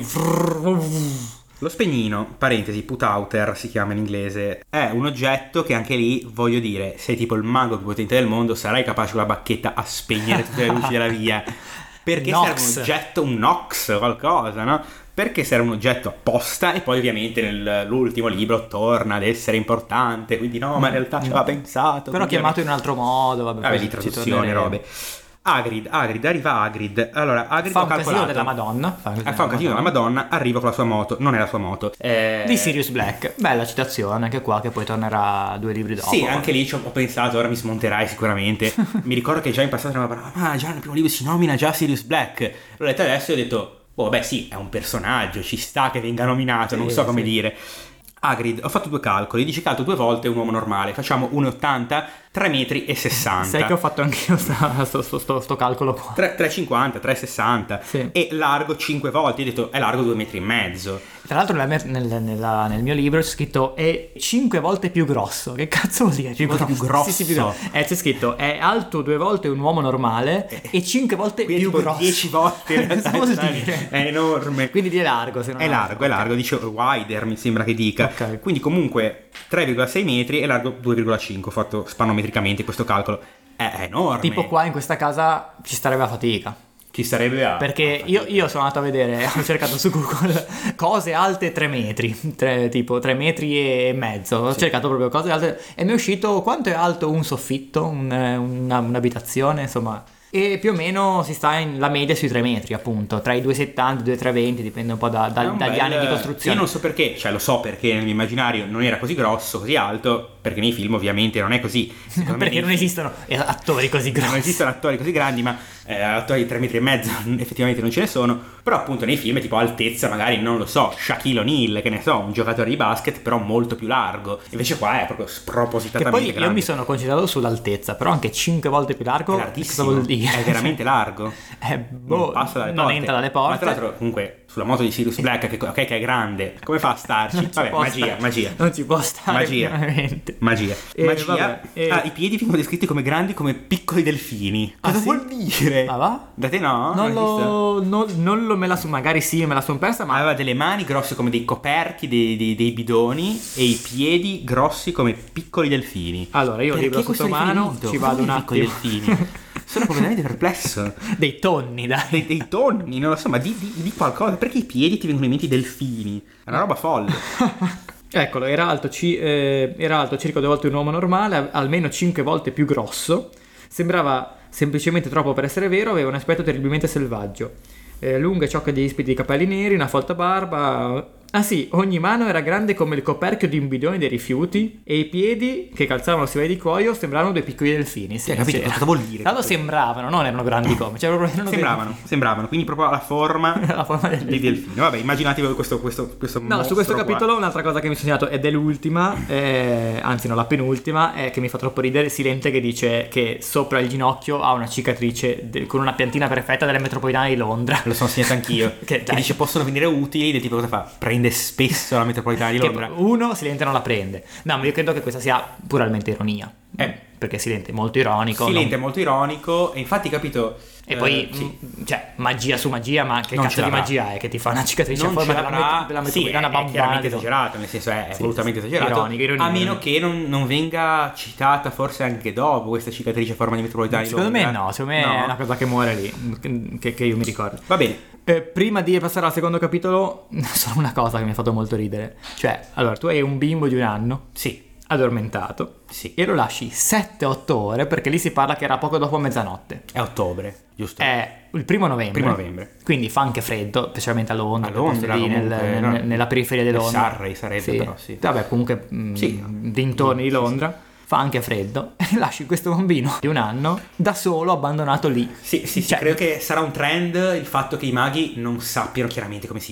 S2: Lo spegnino, parentesi, putouter si chiama in inglese, è un oggetto che anche lì, voglio dire, sei tipo il mago più potente del mondo, sarai capace con la bacchetta a spegnere tutte le luci della via. Perché
S1: Nox.
S2: serve un oggetto, un Nox, qualcosa, no? Perché serve un oggetto apposta e poi ovviamente nell'ultimo libro torna ad essere importante, quindi no, ma in realtà ci aveva pensato.
S1: Però
S2: quindi-
S1: chiamato in un altro modo. Vabbè,
S2: Vabbè,
S1: poi
S2: di
S1: ci
S2: traduzione,
S1: torneremo.
S2: robe. Hagrid, Hagrid, arriva Hagrid. Allora, Hagrid
S1: Fa
S2: ho
S1: un casino
S2: calcolato-
S1: della Madonna. Fa
S2: Ah, fa un casino della Madonna, arriva con la sua moto, non è la sua moto. Eh,
S1: Di Sirius Black. Bella citazione, anche qua, che poi tornerà due libri dopo.
S2: Sì, anche lì ci ho pensato, ora mi smonterai sicuramente. mi ricordo che già in passato mi parlato, ma già nel primo libro si nomina già Sirius Black. L'ho letto adesso e ho detto, boh, beh sì, è un personaggio, ci sta che venga nominato, non
S1: Sì,
S2: so come
S1: sì.
S2: dire. Agrid, ho fatto due calcoli, dici che alto due volte è un uomo normale, facciamo 1,80, 3 metri e 60.
S1: Sai che ho fatto anche io sta- sto, sto- sto- sto calcolo qua.
S2: 3,50, 3,60
S1: Sì.
S2: e largo 5 volte, io ho detto è largo 2 metri e mezzo.
S1: Tra l'altro nella- nel, nella- nel mio libro c'è scritto è 5 volte più grosso. Che cazzo vuol dire?
S2: Cinque volte più grosso?
S1: Sì, sì, più grosso. Eh, c'è scritto è alto due volte un uomo normale e 5 volte
S2: Eh, Quindi
S1: più
S2: tipo
S1: grosso.
S2: 10 volte in realtà,
S1: Cosa vuol
S2: sai?
S1: dire?
S2: è enorme.
S1: Quindi di largo, se non
S2: È largo, è largo, dice wider mi sembra che dica.
S1: Ok.
S2: Quindi comunque 3,6 metri e largo 2,5, ho fatto spannometricamente questo calcolo. È enorme.
S1: Tipo qua in questa casa ci starebbe la fatica.
S2: Ci sarebbe a...
S1: Perché io, io sono andato a vedere, ho cercato su Google cose alte 3 metri, tre- tipo 3 metri e mezzo. Ho cercato proprio cose alte e mi è uscito quanto è alto un soffitto, un- una- un'abitazione, insomma. E più o meno si sta in, la media sui 3 metri, appunto, tra i 2,70 e i 2,320, dipende un po' da- da-
S2: È un
S1: dagli
S2: bel-
S1: anni di
S2: Io
S1: costruzione.
S2: non so perché, cioè lo so perché nel mio immaginario non era così grosso, così alto, perché nei film ovviamente non è così. Secondo me
S1: Perché
S2: nei
S1: non esistono eh, attori così grossi.
S2: non esistono attori così grandi, ma eh, attori di 3 metri e mezzo effettivamente non ce ne sono. Però appunto nei film tipo altezza, magari non lo so, Shaquille O'Neal, che ne so, un giocatore di basket, però molto più largo. Invece qua è proprio
S1: Che
S2: spropositatamente
S1: poi io
S2: grande.
S1: mi sono concentrato sull'altezza, però anche 5 volte più largo,
S2: È
S1: cosa
S2: larghissimo,
S1: vuol dire?
S2: è veramente largo.
S1: Eh, boh,
S2: non passa dalle
S1: non
S2: porte.
S1: entra dalle
S2: Ma
S1: porte.
S2: tra l'altro, comunque, sulla moto di Sirius Black, che, ok, che è grande, come fa a starci?
S1: Non ci
S2: Vabbè,
S1: può
S2: magia,
S1: stare.
S2: magia.
S1: Non ci può stare
S2: Magia.
S1: veramente.
S2: Magia.
S1: Eh,
S2: Magia.
S1: vabbè, eh.
S2: Ah, i piedi vengono descritti come grandi come piccoli delfini.
S1: Ah,
S2: Cosa
S1: sì?
S2: vuol dire?
S1: Ah, va?
S2: Da te no?
S1: Non,
S2: l'hai visto?
S1: lo, non, non lo me la sono, magari sì, me la sono persa, ma
S2: Aveva delle mani grosse come dei coperchi dei, dei- dei bidoni e i piedi grossi come piccoli delfini.
S1: allora io ho il
S2: Perché
S1: libro
S2: questo
S1: sotto mano,
S2: riferimento?
S1: ci
S2: Cosa
S1: vado un
S2: vuol dire
S1: attimo.
S2: piccoli delfini? Sono completamente perplesso.
S1: Dei tonni, dai.
S2: Dei, dei tonni, non lo so, ma di, di- di qualcosa. Perché i piedi ti vengono in mente i delfini? È una roba folle.
S1: Eccolo, era alto, ci- eh, era alto circa due volte un uomo normale, a- almeno 5 volte più grosso. Sembrava semplicemente troppo per essere vero, aveva un aspetto terribilmente selvaggio. Eh, lunghe ciocche di ispidi di capelli neri, una folta barba. Ah sì, ogni mano era grande come il coperchio di un bidone dei rifiuti e i piedi, che calzavano sivai di cuoio, sembravano due piccoli delfini. Sì,
S2: Hai capito
S1: sì.
S2: cosa vuol dire?
S1: Tanto sembravano, non erano grandi come, cioè proprio erano dei-
S2: Sembravano, sembravano, quindi proprio la forma
S1: la forma del
S2: dei delfini. Vabbè, immaginatevi voi questo, questo, questo
S1: No, su
S2: mostro
S1: questo
S2: qua.
S1: capitolo un'altra cosa che mi sono segnato ed è l'ultima, eh, anzi no, la penultima, è che mi fa troppo ridere Silente che dice che sopra il ginocchio ha una cicatrice de- con una piantina perfetta della metropolitana di Londra.
S2: Lo sono segnato anch'io.
S1: Che
S2: che
S1: dai.
S2: dice possono venire utili. Del tipo cosa fa? Prende spesso la metropolitana di
S1: Che
S2: Londra.
S1: uno Silente non la prende. No, ma io credo che questa sia puramente ironia.
S2: Eh.
S1: Perché Silente è molto ironico.
S2: Silente è
S1: non-
S2: molto ironico. E infatti, capito.
S1: E
S2: eh,
S1: poi,
S2: sì.
S1: mh, cioè, magia su magia, ma che
S2: Non ce
S1: cazzo di
S2: l'avrà.
S1: magia è che ti fa una cicatrice a
S2: non
S1: forma
S2: ce
S1: della,
S2: l'avrà-
S1: met- della
S2: sì, è-
S1: metropolitana
S2: è
S1: bambana?
S2: chiaramente esagerato, nel senso è
S1: Sì,
S2: volutamente
S1: sì,
S2: esagerato.
S1: ironico, ironia,
S2: a meno
S1: ironia.
S2: che non, non venga citata, forse anche dopo questa cicatrice a forma di metropolitana di
S1: Secondo me
S2: Londra.
S1: no, secondo me è una cosa che muore lì, che- che io mi ricordo.
S2: Va bene.
S1: Eh, prima di passare al secondo capitolo, solo una cosa che mi ha fatto molto ridere. Cioè, allora, tu hai un bimbo di un anno,
S2: Sì.
S1: addormentato,
S2: Sì.
S1: e lo lasci 7-8 ore, perché lì si parla che era poco dopo mezzanotte.
S2: È ottobre, giusto?
S1: È il primo novembre.
S2: Primo novembre.
S1: Quindi fa anche freddo, specialmente a Londra.
S2: A Londra,
S1: posti lì nel-
S2: comunque,
S1: nel-
S2: no?
S1: nella periferia di
S2: Nel
S1: Londra.
S2: Surrey sarebbe, però, sì.
S1: Vabbè, comunque, mh,
S2: Sì.
S1: dintorni di Londra. Fa anche freddo e lasci questo bambino di un anno da solo, abbandonato lì.
S2: Sì, sì, sì,
S1: Cioè-
S2: credo che sarà un trend il fatto che i maghi non sappiano chiaramente come si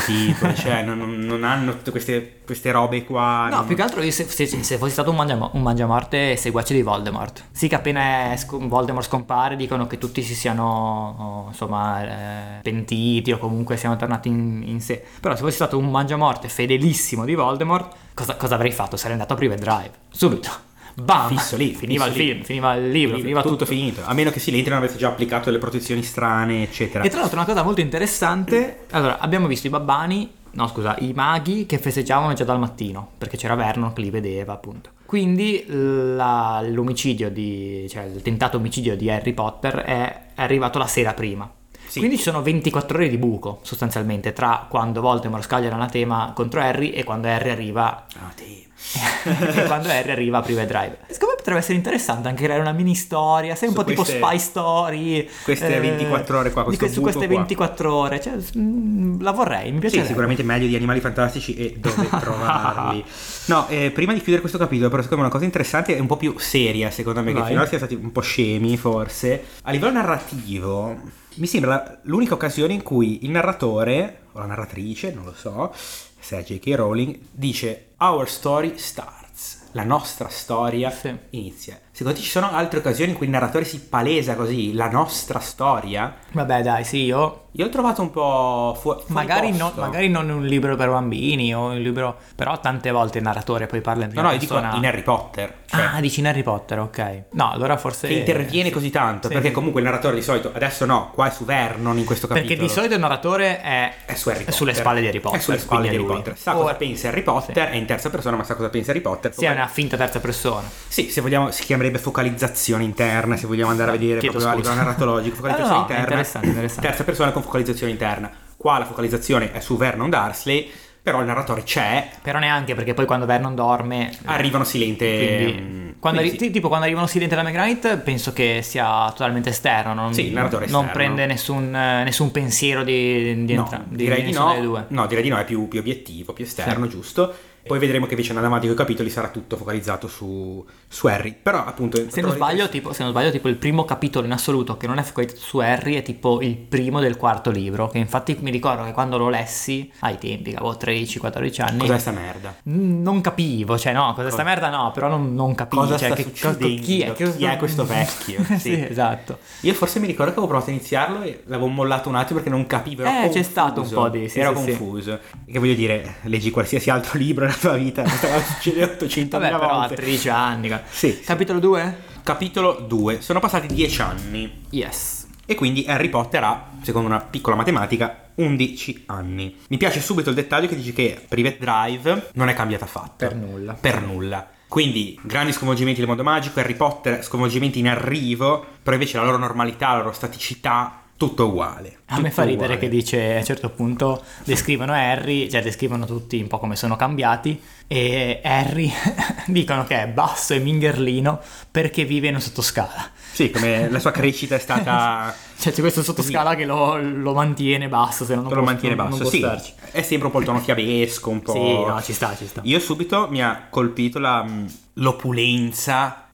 S2: tipo, cioè non, non- non hanno tutte queste, queste robe qua.
S1: No,
S2: non-
S1: più che altro io se, se- se fossi stato un, mangiam- un mangiamorte seguace di Voldemort. Sì che appena eh, sc- Voldemort scompare dicono che tutti si siano, oh, insomma, eh, pentiti o comunque siano tornati in, in sé. Però se fossi stato un mangiamorte fedelissimo di Voldemort, cosa, cosa avrei fatto? Sarei andato a Private Drive. Subito. Bam!
S2: Fisso lì,
S1: Finiva
S2: fisso
S1: il
S2: lì.
S1: film, finiva il libro, finiva
S2: tutto,
S1: tutto.
S2: finito. A meno che Silente non avesse già applicato delle protezioni strane, eccetera.
S1: E tra l'altro una cosa molto interessante, allora abbiamo visto i babbani, no scusa, i maghi che festeggiavano già dal mattino, perché c'era Vernon che li vedeva appunto. Quindi la- l'omicidio di, cioè il tentato omicidio di Harry Potter è, è arrivato la sera prima.
S2: Sì.
S1: Quindi ci sono 24 ore di buco sostanzialmente tra quando Voldemort scaglia l'anatema contro Harry e quando Harry arriva
S2: Ah, te.
S1: e quando Harry arriva a Private Drive. Secondo me potrebbe essere interessante anche creare una mini storia, sai un
S2: Su
S1: po' tipo
S2: queste-
S1: Spy Story. eh,
S2: queste 24 ore qua,
S1: di
S2: questo
S1: su
S2: buco
S1: queste
S2: qua.
S1: 24 ore, cioè, mm, la vorrei, mi
S2: Sì,
S1: piacerebbe.
S2: sicuramente meglio di Animali Fantastici e dove trovarli. No, eh, prima di chiudere questo capitolo, però secondo me una cosa interessante e un po' più seria, secondo me, che
S1: Vai.
S2: finora siamo stati un po' scemi, forse. A livello narrativo, Mi sembra l'unica occasione in cui il narratore, o la narratrice, non lo so, se è J.K. Rowling, dice Our story starts. La nostra storia
S1: Sì.
S2: inizia. Secondo te ci sono altre occasioni in cui il narratore si palesa così? La nostra storia?
S1: Vabbè, dai, sì, io.
S2: Io l'ho trovato un po' fu- fuori
S1: Magari, no-
S2: posto.
S1: magari non un libro per bambini o un libro. Però tante volte il narratore poi parla in
S2: No,
S1: prima
S2: no, io dico
S1: persona.
S2: in Harry Potter. Cioè,
S1: Ah, dici in Harry Potter, ok. No, allora forse.
S2: che interviene così tanto,
S1: Sì,
S2: perché
S1: sì.
S2: comunque il narratore di solito, adesso no, qua è su Vernon in questo capitolo.
S1: Perché di solito il narratore è,
S2: è su Harry Potter.
S1: sulle spalle di Harry Potter.
S2: È sulle spalle di
S1: quindi
S2: Harry
S1: lui.
S2: Potter. Sa
S1: Ora-
S2: cosa pensa Harry Potter, è in terza persona, ma sa cosa pensa Harry Potter.
S1: Sì, è una finta terza persona.
S2: Sì, se vogliamo, si chiamerebbe focalizzazione interna, se vogliamo andare a vedere
S1: Chiedo
S2: proprio a
S1: scusa.
S2: livello narratologico, focalizzazione
S1: No, no, no, è
S2: interna.
S1: interessante, interessante.
S2: Terza persona con focalizzazione interna. Qua la focalizzazione è su Vernon Darsley, però il narratore c'è,
S1: Però neanche perché poi quando Vernon dorme. eh,
S2: arrivano silente.
S1: Quindi,
S2: mm,
S1: quando
S2: Ah, quindi
S1: arri- tipo quando arrivano Silent della Megranite penso che sia totalmente esterno, non,
S2: Sì, il narratore
S1: non
S2: esterno.
S1: prende nessun, eh, nessun pensiero di, di,
S2: No,
S1: entra- di-
S2: direi di
S1: nessuno
S2: no, Mm.
S1: dei due.
S2: no, direi di no, è più, più obiettivo, più esterno, giusto. Poi vedremo che invece andando avanti con i capitoli sarà tutto focalizzato su, su Harry. Però appunto...
S1: Se non,
S2: trovo
S1: sbaglio,
S2: interessante.
S1: tipo, se non sbaglio, tipo il primo capitolo in assoluto che non è focalizzato su Harry è tipo il primo del quarto libro. Che infatti mi ricordo che quando lo lessi ai tempi, che avevo 13-14 anni,
S2: Cos'è sta merda?
S1: Mm, Non capivo, cioè no, cosa sta merda no, però non, non capivo.
S2: Cosa
S1: cioè,
S2: sta
S1: che-
S2: succedendo?
S1: co- chi, è, che-
S2: Chi è questo vecchio?
S1: sì.
S2: Sì.
S1: esatto.
S2: Io forse mi ricordo che avevo provato a iniziarlo e l'avevo mollato un attimo perché non capivo. ero
S1: Eh, c'è stato un po' di- sì,
S2: ero
S1: sì, sì.
S2: confuso. Che voglio dire, leggi qualsiasi altro libro nella tua vita, succede 800
S1: Vabbè, però a
S2: volte.
S1: 13 anni.
S2: Sì, sì.
S1: Capitolo 2?
S2: Capitolo 2. Sono passati 10 anni.
S1: Yes.
S2: E quindi Harry Potter ha, secondo una piccola matematica, 11 anni. Mi piace subito il dettaglio che dice che Private Drive non è cambiata affatto.
S1: Per nulla.
S2: Per nulla. Quindi grandi sconvolgimenti del mondo magico, Harry Potter sconvolgimenti in arrivo, però invece la loro normalità, la loro staticità, tutto uguale.
S1: A me
S2: Tutto
S1: fa ridere
S2: uguale.
S1: che dice a un certo punto descrivono Harry, cioè descrivono tutti un po' come sono cambiati e Harry dicono che è basso e mingherlino perché vive in un sottoscala.
S2: Sì, come la sua crescita è stata...
S1: Cioè c'è questo sottoscala che lo, lo mantiene basso, se no non
S2: lo
S1: può-
S2: mantiene
S1: non- non può
S2: basso, sì.
S1: starci.
S2: È sempre un po' il tono fiabesco, un po'...
S1: Sì, no, ci sta, ci sta.
S2: Esatto. Io subito mi ha colpito la, mh, l'opulenza,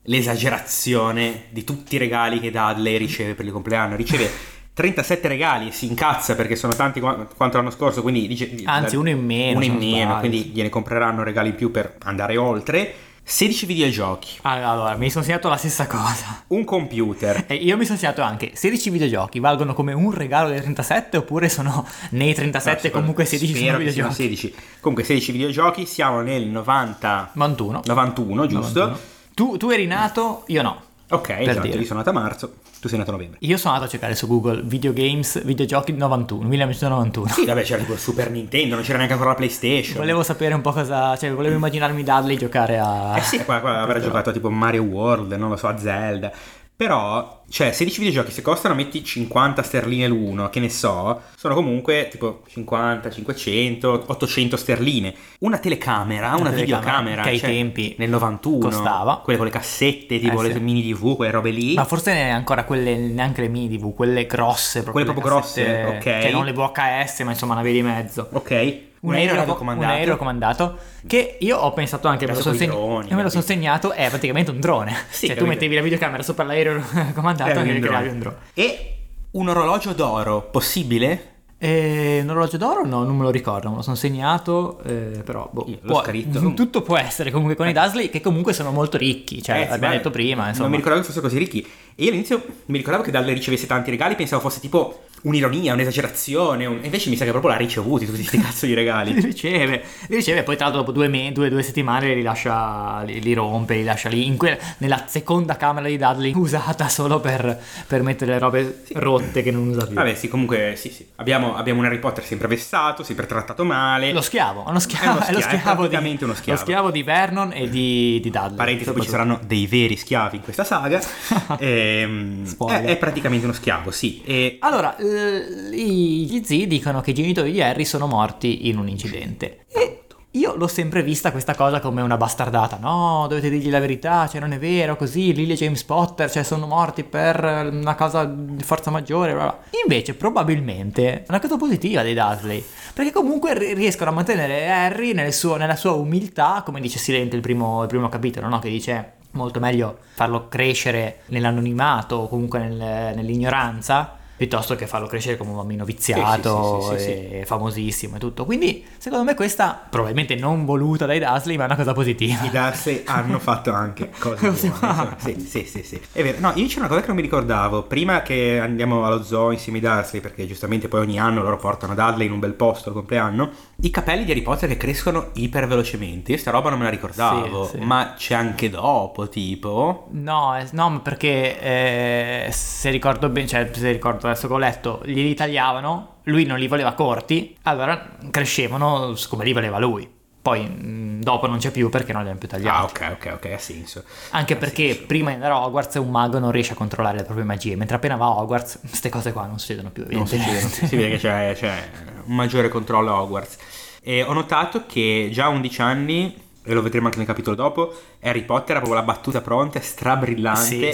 S2: l'esagerazione di tutti i regali che Dudley riceve per il compleanno. Riceve 37 regali, si incazza perché sono tanti qua- quanto l'anno scorso, quindi dice...
S1: Anzi, uno in meno,
S2: Uno
S1: se
S2: in
S1: non
S2: meno,
S1: sbaglio.
S2: quindi gliene compreranno regali in più per andare oltre. 16 videogiochi,
S1: Allora, allora, mi sono segnato la stessa cosa.
S2: un computer,
S1: E io mi sono segnato anche 16 videogiochi valgono come un regalo dei 37 oppure sono nei 37
S2: No,
S1: comunque
S2: spero
S1: 16
S2: che
S1: sono
S2: siano
S1: videogiochi.
S2: 16. Comunque 16 videogiochi, siamo nel 90
S1: 91.
S2: 91, giusto?
S1: 91. Tu, tu eri nato, io no.
S2: Ok, esatto,
S1: dire.
S2: io sono nato a marzo, tu sei nato a novembre.
S1: Io sono andato a cercare su Google videogames, videogiochi 91, 1991.
S2: Sì, vabbè, c'era tipo il Super Nintendo, non c'era neanche ancora la PlayStation.
S1: Volevo sapere un po' cosa, cioè volevo immaginarmi Dudley giocare a
S2: Eh sì, qua, qua avrà giocato a tipo Mario World, non lo so, a Zelda. Però, cioè, 16 videogiochi se costano, metti 50 sterline l'uno, che ne so, sono comunque tipo 50, 500, 800 sterline. Una telecamera, una,
S1: telecamera,
S2: videocamera.
S1: che ai
S2: cioè,
S1: tempi
S2: Nel 91.
S1: costava.
S2: Quelle con le cassette, tipo
S1: Eh
S2: le
S1: sì.
S2: mini TV, quelle robe lì.
S1: ma forse ne- ancora quelle, neanche le mini TV, quelle grosse proprio.
S2: Quelle
S1: le
S2: proprio
S1: cassette-
S2: grosse, ok.
S1: Cioè non le VHS, ma insomma una via di mezzo.
S2: Ok.
S1: un aereo, un
S2: radiocomandato.
S1: aereo comandato che io ho pensato anche me lo
S2: Cioè, Adesso
S1: sono
S2: coi
S1: segn-
S2: droni,
S1: e me lo sono
S2: capito?
S1: segnato è praticamente un drone
S2: Sì,
S1: cioè
S2: capito.
S1: tu mettevi la videocamera sopra l'aereo comandato
S2: Era
S1: e
S2: un
S1: ne
S2: drone.
S1: creavi un drone
S2: E un orologio d'oro, possibile?
S1: e Eh, un orologio d'oro no non me lo ricordo me lo sono segnato eh, però boh,
S2: Io l'ho
S1: può-
S2: scritto,
S1: mm,
S2: comunque.
S1: tutto può essere comunque con i Dasley che comunque sono molto ricchi cioè
S2: Eh, sì,
S1: l'abbiamo
S2: ma
S1: detto prima insomma
S2: Non mi ricordavo che fossero così ricchi. E io all'inizio mi ricordavo che Dalle ricevesse tanti regali, pensavo fosse tipo un'ironia, un'esagerazione. un- E invece mi sa che proprio l'ha ricevuti tutti questi cazzo di
S1: li
S2: regali.
S1: riceve, li riceve, poi tra l'altro dopo due, me- due, due settimane li lascia, li, li rompe, li lascia lì, in que- nella seconda camera di Dudley usata solo per, per mettere le robe rotte che non usa più.
S2: Vabbè, sì, comunque, sì, sì. Abbiamo, abbiamo un Harry Potter sempre vessato, sempre trattato male.
S1: Lo schiavo, è uno
S2: È
S1: schiavo,
S2: uno
S1: è lo
S2: schia- è
S1: schiavo di,
S2: praticamente uno schiavo.
S1: lo schiavo di Vernon e di, di Dudley.
S2: Parentesi, poi ci
S1: soprattutto.
S2: saranno dei veri schiavi in questa saga. Ehm,
S1: Spoiler.
S2: è, è praticamente uno schiavo, sì. E
S1: Allora, eh, i- gli zii dicono che i genitori di Harry sono morti in un incidente. E io l'ho sempre vista questa cosa come una bastardata. No, dovete dirgli la verità, cioè non è vero, così Lily e James Potter, cioè sono morti per eh, una cosa di forza maggiore, bla bla. Invece, probabilmente, è una cosa positiva dei Dursley, perché comunque ri- riescono a mantenere Harry nel suo- nella sua umiltà, come dice Silente il primo, il primo capitolo, no? Che dice molto meglio farlo crescere nell'anonimato o comunque nel- nell'ignoranza piuttosto che farlo crescere come un bambino viziato
S2: Sì, sì, sì, sì, sì,
S1: e famosissimo e tutto. Quindi, secondo me, questa probabilmente non voluta dai Dursley, ma è una cosa positiva.
S2: I Darcy hanno fatto anche cose
S1: Cose
S2: buone.
S1: buone.
S2: Sì, sì, sì, sì. È vero. No, io c'è una cosa che non mi ricordavo. Prima che andiamo allo zoo insieme ai Darcy, perché giustamente poi ogni anno loro portano Dudley in un bel posto al compleanno, i capelli di Harry Potter che crescono ipervelocemente. Io sta roba non me la ricordavo,
S1: Sì, sì.
S2: ma c'è anche dopo, tipo...
S1: No, eh, no, ma perché eh, se ricordo bene, cioè se ricordo adesso che ho letto, glieli tagliavano, lui non li voleva corti, allora crescevano come li voleva lui. Poi mh, dopo non c'è più perché non li hanno più tagliati.
S2: Ah, ok, ok, ok, ha senso.
S1: Anche
S2: Ha
S1: perché
S2: senso.
S1: prima di andare a Hogwarts un mago non riesce a controllare le proprie magie, mentre appena va a Hogwarts queste cose qua non succedono più.
S2: non
S1: evidentemente.
S2: succede, non succede. si vede che c'è, c'è un maggiore controllo a Hogwarts. E ho notato che già a 11 anni, e lo vedremo anche nel capitolo dopo, Harry Potter ha proprio la battuta pronta, strabrillante,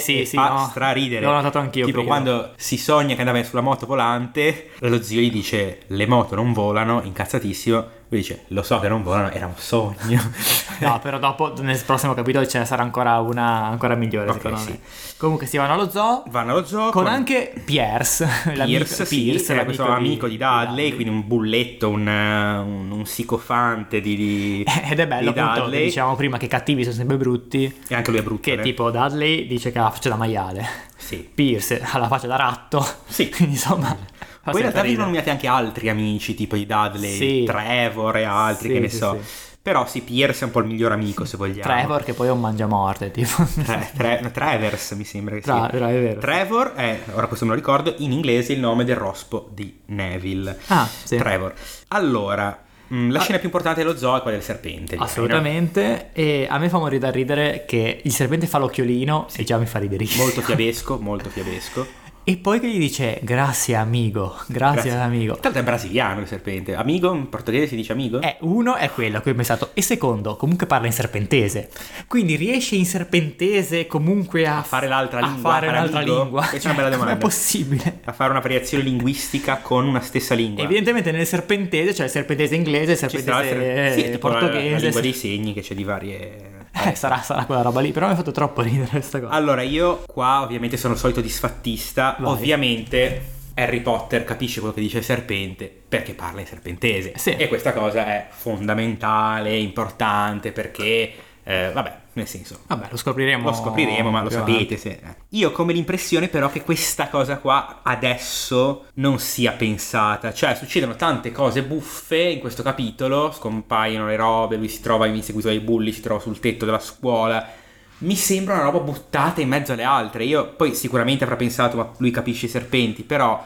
S1: Sì, sì,
S2: e
S1: sì,
S2: fa
S1: no.
S2: straridere.
S1: L'ho notato anch'io
S2: Tipo
S1: prima.
S2: quando si sogna che andava sulla moto volante, e lo zio gli dice le moto non volano, incazzatissimo, lui dice lo so che non volano, era un sogno.
S1: No, però dopo nel prossimo capitolo ce ne sarà ancora una ancora migliore,
S2: Ok,
S1: secondo me.
S2: sì.
S1: Comunque si vanno allo zoo
S2: Vanno allo zoo
S1: con anche Pierce, l'amico-
S2: Pierce, sì,
S1: Pierce,
S2: era
S1: l'amico
S2: questo amico di Dudley, quindi un bulletto, un, eh, un- un psicofante di, di-
S1: Ed è bello
S2: di
S1: appunto, che
S2: Dudley.
S1: diciamo prima che i cattivi sono sempre brutti,
S2: E anche lui è brutto.
S1: che
S2: eh.
S1: tipo Dudley dice che ha la faccia da maiale,
S2: Sì.
S1: Pierce ha la faccia da ratto,
S2: Sì.
S1: quindi insomma... fa
S2: Poi in
S1: sempre
S2: realtà vengono
S1: ridere.
S2: nominati anche altri amici, tipo i Dudley,
S1: Sì.
S2: Trevor e altri,
S1: Sì,
S2: che ne
S1: sì,
S2: so. Però sì, Pierce è un po' il miglior amico, se vogliamo.
S1: Trevor che poi è un mangiamorte, tipo...
S2: Tre- tre- no, Travers, mi sembra che
S1: Tra-
S2: sia.
S1: tra- è vero.
S2: Trevor è, ora questo me lo ricordo, in inglese il nome del rospo di Neville.
S1: Ah, sì.
S2: Trevor. Allora, mh, la
S1: Ah.
S2: scena più importante dello zoo è quella del serpente. direi, no?
S1: Assolutamente, e a me fa morire da ridere che il serpente fa l'occhiolino e già mi fa ridere.
S2: Molto fiabesco, molto fiabesco.
S1: E poi che gli dice, grazie amico, grazie, Ah, amico.
S2: Tanto è brasiliano il serpente. Amigo, in portoghese si dice amigo?
S1: Eh, uno è quello a cui ho pensato, e secondo, comunque parla in serpentese. Quindi riesce in serpentese comunque a,
S2: A fare l'altra
S1: a
S2: lingua,
S1: fare
S2: fare
S1: un'altra
S2: amico?
S1: lingua.
S2: Questa è una bella
S1: Com'è
S2: domanda.
S1: possibile?
S2: A fare una variazione linguistica con una stessa lingua.
S1: Evidentemente nel serpentese c'è il serpentese inglese, il
S2: Ci sarà il ser-
S1: serpentese
S2: sì, tipo la-
S1: portoghese.
S2: La lingua dei segni che c'è di varie...
S1: Eh, sarà, sarà quella roba lì, però mi ha fatto troppo ridere questa cosa.
S2: Allora, io qua ovviamente sono il solito disfattista.
S1: Vai.
S2: Ovviamente Harry Potter capisce quello che dice il serpente perché parla in serpentese.
S1: Sì.
S2: E questa cosa è fondamentale, importante, perché... eh, vabbè, nel senso...
S1: Vabbè, lo scopriremo.
S2: Lo scopriremo, ma lo
S1: più avanti.
S2: sapete. se- eh. Io ho come l'impressione, però, che questa cosa qua adesso non sia pensata. Cioè, succedono tante cose buffe in questo capitolo. Scompaiono le robe, lui si trova in seguito ai bulli, si trova sul tetto della scuola. Mi sembra una roba buttata in mezzo alle altre. Io poi sicuramente avrà pensato, ma lui capisce i serpenti, però.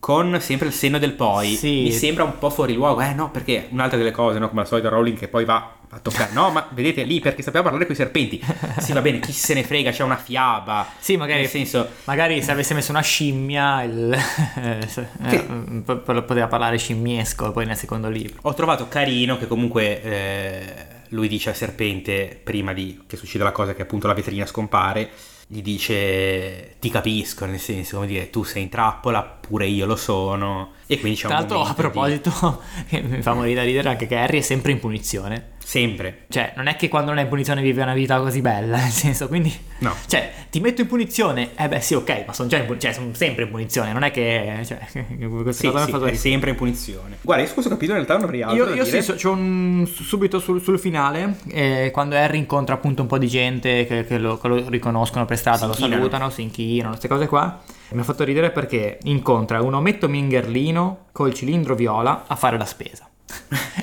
S2: Con sempre il senno del poi
S1: Sì.
S2: mi sembra un po' fuori luogo, eh no? Perché un'altra delle cose, no? Come al solito, Rowling che poi va a toccare, no? Ma vedete lì perché sappiamo parlare con i serpenti. Sì, va bene, chi se ne frega, c'è una fiaba.
S1: Sì, magari,
S2: Nel senso,
S1: magari se avesse messo una scimmia, il, eh, se- eh, mm, po- po- poteva parlare scimmiesco poi nel secondo libro.
S2: ho trovato carino che comunque eh, lui dice al serpente, prima di che succeda la cosa che appunto la vetrina scompare, gli dice ti capisco, nel senso, come dire, tu sei in trappola, pure io lo sono. E quindi c'è
S1: Tra
S2: un
S1: l'altro, a
S2: momento di-
S1: proposito, che mi fa morire da ridere anche che Harry è sempre in punizione.
S2: Sempre.
S1: Cioè, non è che quando non è in punizione vive una vita così bella, nel senso, quindi...
S2: No.
S1: Cioè, ti metto in punizione? Eh beh, sì, ok, ma sono già in punizione, cioè, sono sempre in punizione, non è che... Cioè, questa
S2: Sì,
S1: cosa mi
S2: sì,
S1: fa
S2: è sempre in punizione. Guarda, io questo capitolo in realtà non avrei altro
S1: Io,
S2: da
S1: io sì,
S2: dire.
S1: so- c'ho un- subito sul, sul finale, eh, quando Harry incontra appunto un po' di gente che, che lo, che lo riconoscono per strada,
S2: Si
S1: lo
S2: inchinano.
S1: salutano, si inchinano, queste cose qua. Mi ha fatto ridere perché incontra un ometto mingherlino col cilindro viola a fare la spesa.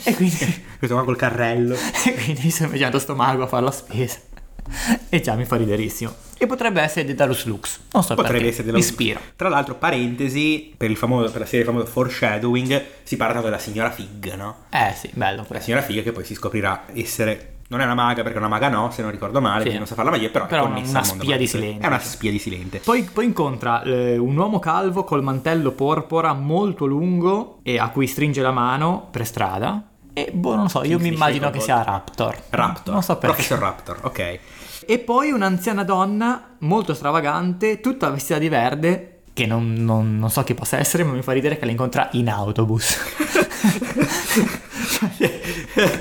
S1: e quindi,
S2: Questo qua col carrello.
S1: e quindi mi sto immaginando sto mago a fare la spesa. e già mi fa riderissimo. E potrebbe essere Dedalus Lux, non so
S2: Potrebbe
S1: perché,
S2: essere
S1: mi
S2: della
S1: ispira.
S2: Tra l'altro, parentesi, per, il famoso, per la serie famosa Foreshadowing, si parla tanto della signora Fig, no?
S1: Eh sì, bello
S2: La
S1: questo.
S2: signora Fig che poi si scoprirà essere. Non è una maga, perché una maga no, se non ricordo male,
S1: Sì.
S2: quindi non sa fare la magia, però,
S1: Però
S2: è connessa
S1: una
S2: al mondo
S1: spia di
S2: magico.
S1: Silente.
S2: È una spia di Silente.
S1: Poi, poi incontra eh, un uomo calvo col mantello porpora molto lungo e a cui stringe la mano per strada. E boh, non so, io
S2: Sì,
S1: mi
S2: sì,
S1: immagino
S2: sì,
S1: che
S2: col-
S1: sia Raptor.
S2: Raptor.
S1: Non so perché.
S2: Professor Raptor, ok.
S1: E poi un'anziana donna molto stravagante, tutta vestita di verde, che non, non- non so chi possa essere, ma mi fa ridere che la incontra in autobus. Cioè,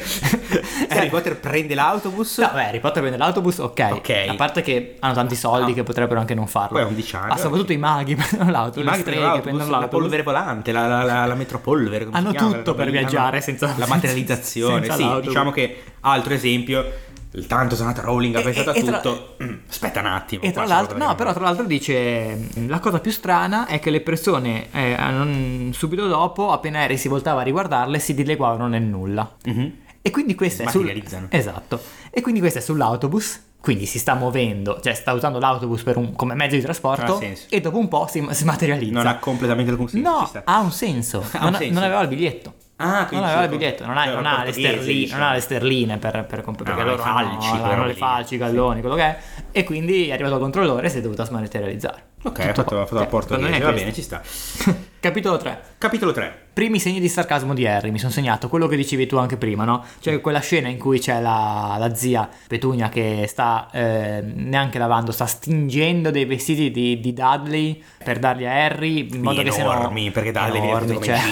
S2: Harry Potter prende l'autobus.
S1: No, beh, Harry Potter prende l'autobus, ok.
S2: Ok.
S1: A parte che hanno tanti soldi
S2: No.
S1: che potrebbero anche non farlo.
S2: Poi ha 11 anni,
S1: Ma soprattutto i maghi prendono l'autobus,
S2: I
S1: le
S2: maghi
S1: streghe
S2: prendono
S1: prendono
S2: l'autobus, la
S1: l'autobus.
S2: polvere volante, la, la, la, la metropolvere. come si
S1: Hanno
S2: chiama,
S1: tutto
S2: la-
S1: per
S2: la-
S1: viaggiare senza-
S2: la materializzazione.
S1: senza
S2: sì,
S1: l'autobus.
S2: diciamo che altro esempio, il tanto Sonata Rowling ha
S1: E-
S2: pensato a
S1: e- e tra-
S2: tutto. Mm, Aspetta un attimo.
S1: E tra
S2: qua c'è
S1: l'altro,
S2: qualcosa
S1: no,
S2: che-
S1: però tra l'altro dice la cosa più strana è che le persone eh, non- subito dopo, appena Harry si voltava a riguardarle, si dileguavano nel nulla.
S2: Mhm.
S1: E quindi questa è sul...
S2: Smaterializzano.
S1: Esatto. E quindi questa è sull'autobus, quindi si sta muovendo, cioè sta usando l'autobus per un- come mezzo di
S2: Ha
S1: trasporto
S2: senso.
S1: e dopo un po' si, si materializza.
S2: Ah, Non ha completamente alcun senso. ci
S1: no,
S2: sta.
S1: ha un senso.
S2: Ha un
S1: non, ha-
S2: senso.
S1: non aveva il biglietto.
S2: Ah,
S1: non
S2: quindi
S1: aveva il
S2: dico,
S1: biglietto, non ha,
S2: era
S1: non ha le,
S2: portoghese,
S1: sterline,
S2: diciamo.
S1: non ha le sterline per, per comp- perché
S2: no,
S1: loro
S2: i
S1: hanno,
S2: falci, quelle
S1: hanno
S2: robe
S1: le
S2: lì.
S1: falci, i galloni, quello che è. E quindi è arrivato al controllore e si è dovuta smaterializzare.
S2: Ok,
S1: Tutto
S2: ha fatto,
S1: qua.
S2: ha fatto
S1: Eh,
S2: la porta
S1: secondo me è
S2: va bene,
S1: questo.
S2: ci sta.
S1: Capitolo 3.
S2: Capitolo 3.
S1: Primi segni di sarcasmo di Harry, mi sono segnato quello che dicevi tu anche prima, no?
S2: Mm.
S1: Cioè quella scena in cui c'è la, la zia Petunia che sta eh, neanche lavando, sta stingendo dei vestiti di, di Dudley per darli a Harry in modo che siano
S2: enormi, perché Dudley è
S1: enormi, cioè,
S2: diventato come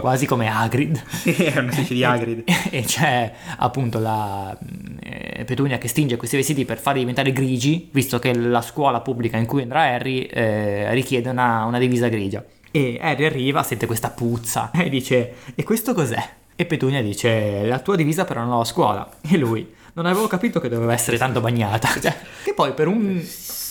S1: quasi come Hagrid.
S2: È una specie
S1: Eh,
S2: di Hagrid.
S1: e c'è appunto la eh, Petunia che stinge questi vestiti per farli diventare grigi, visto che la scuola pubblica in cui andrà Harry eh, richiede una, una divisa grigia. E Harry arriva, sente questa puzza e dice: E questo cos'è? E Petunia dice: La tua divisa per una nuova scuola. E lui. Non avevo capito che doveva essere tanto bagnata. Cioè, che poi per un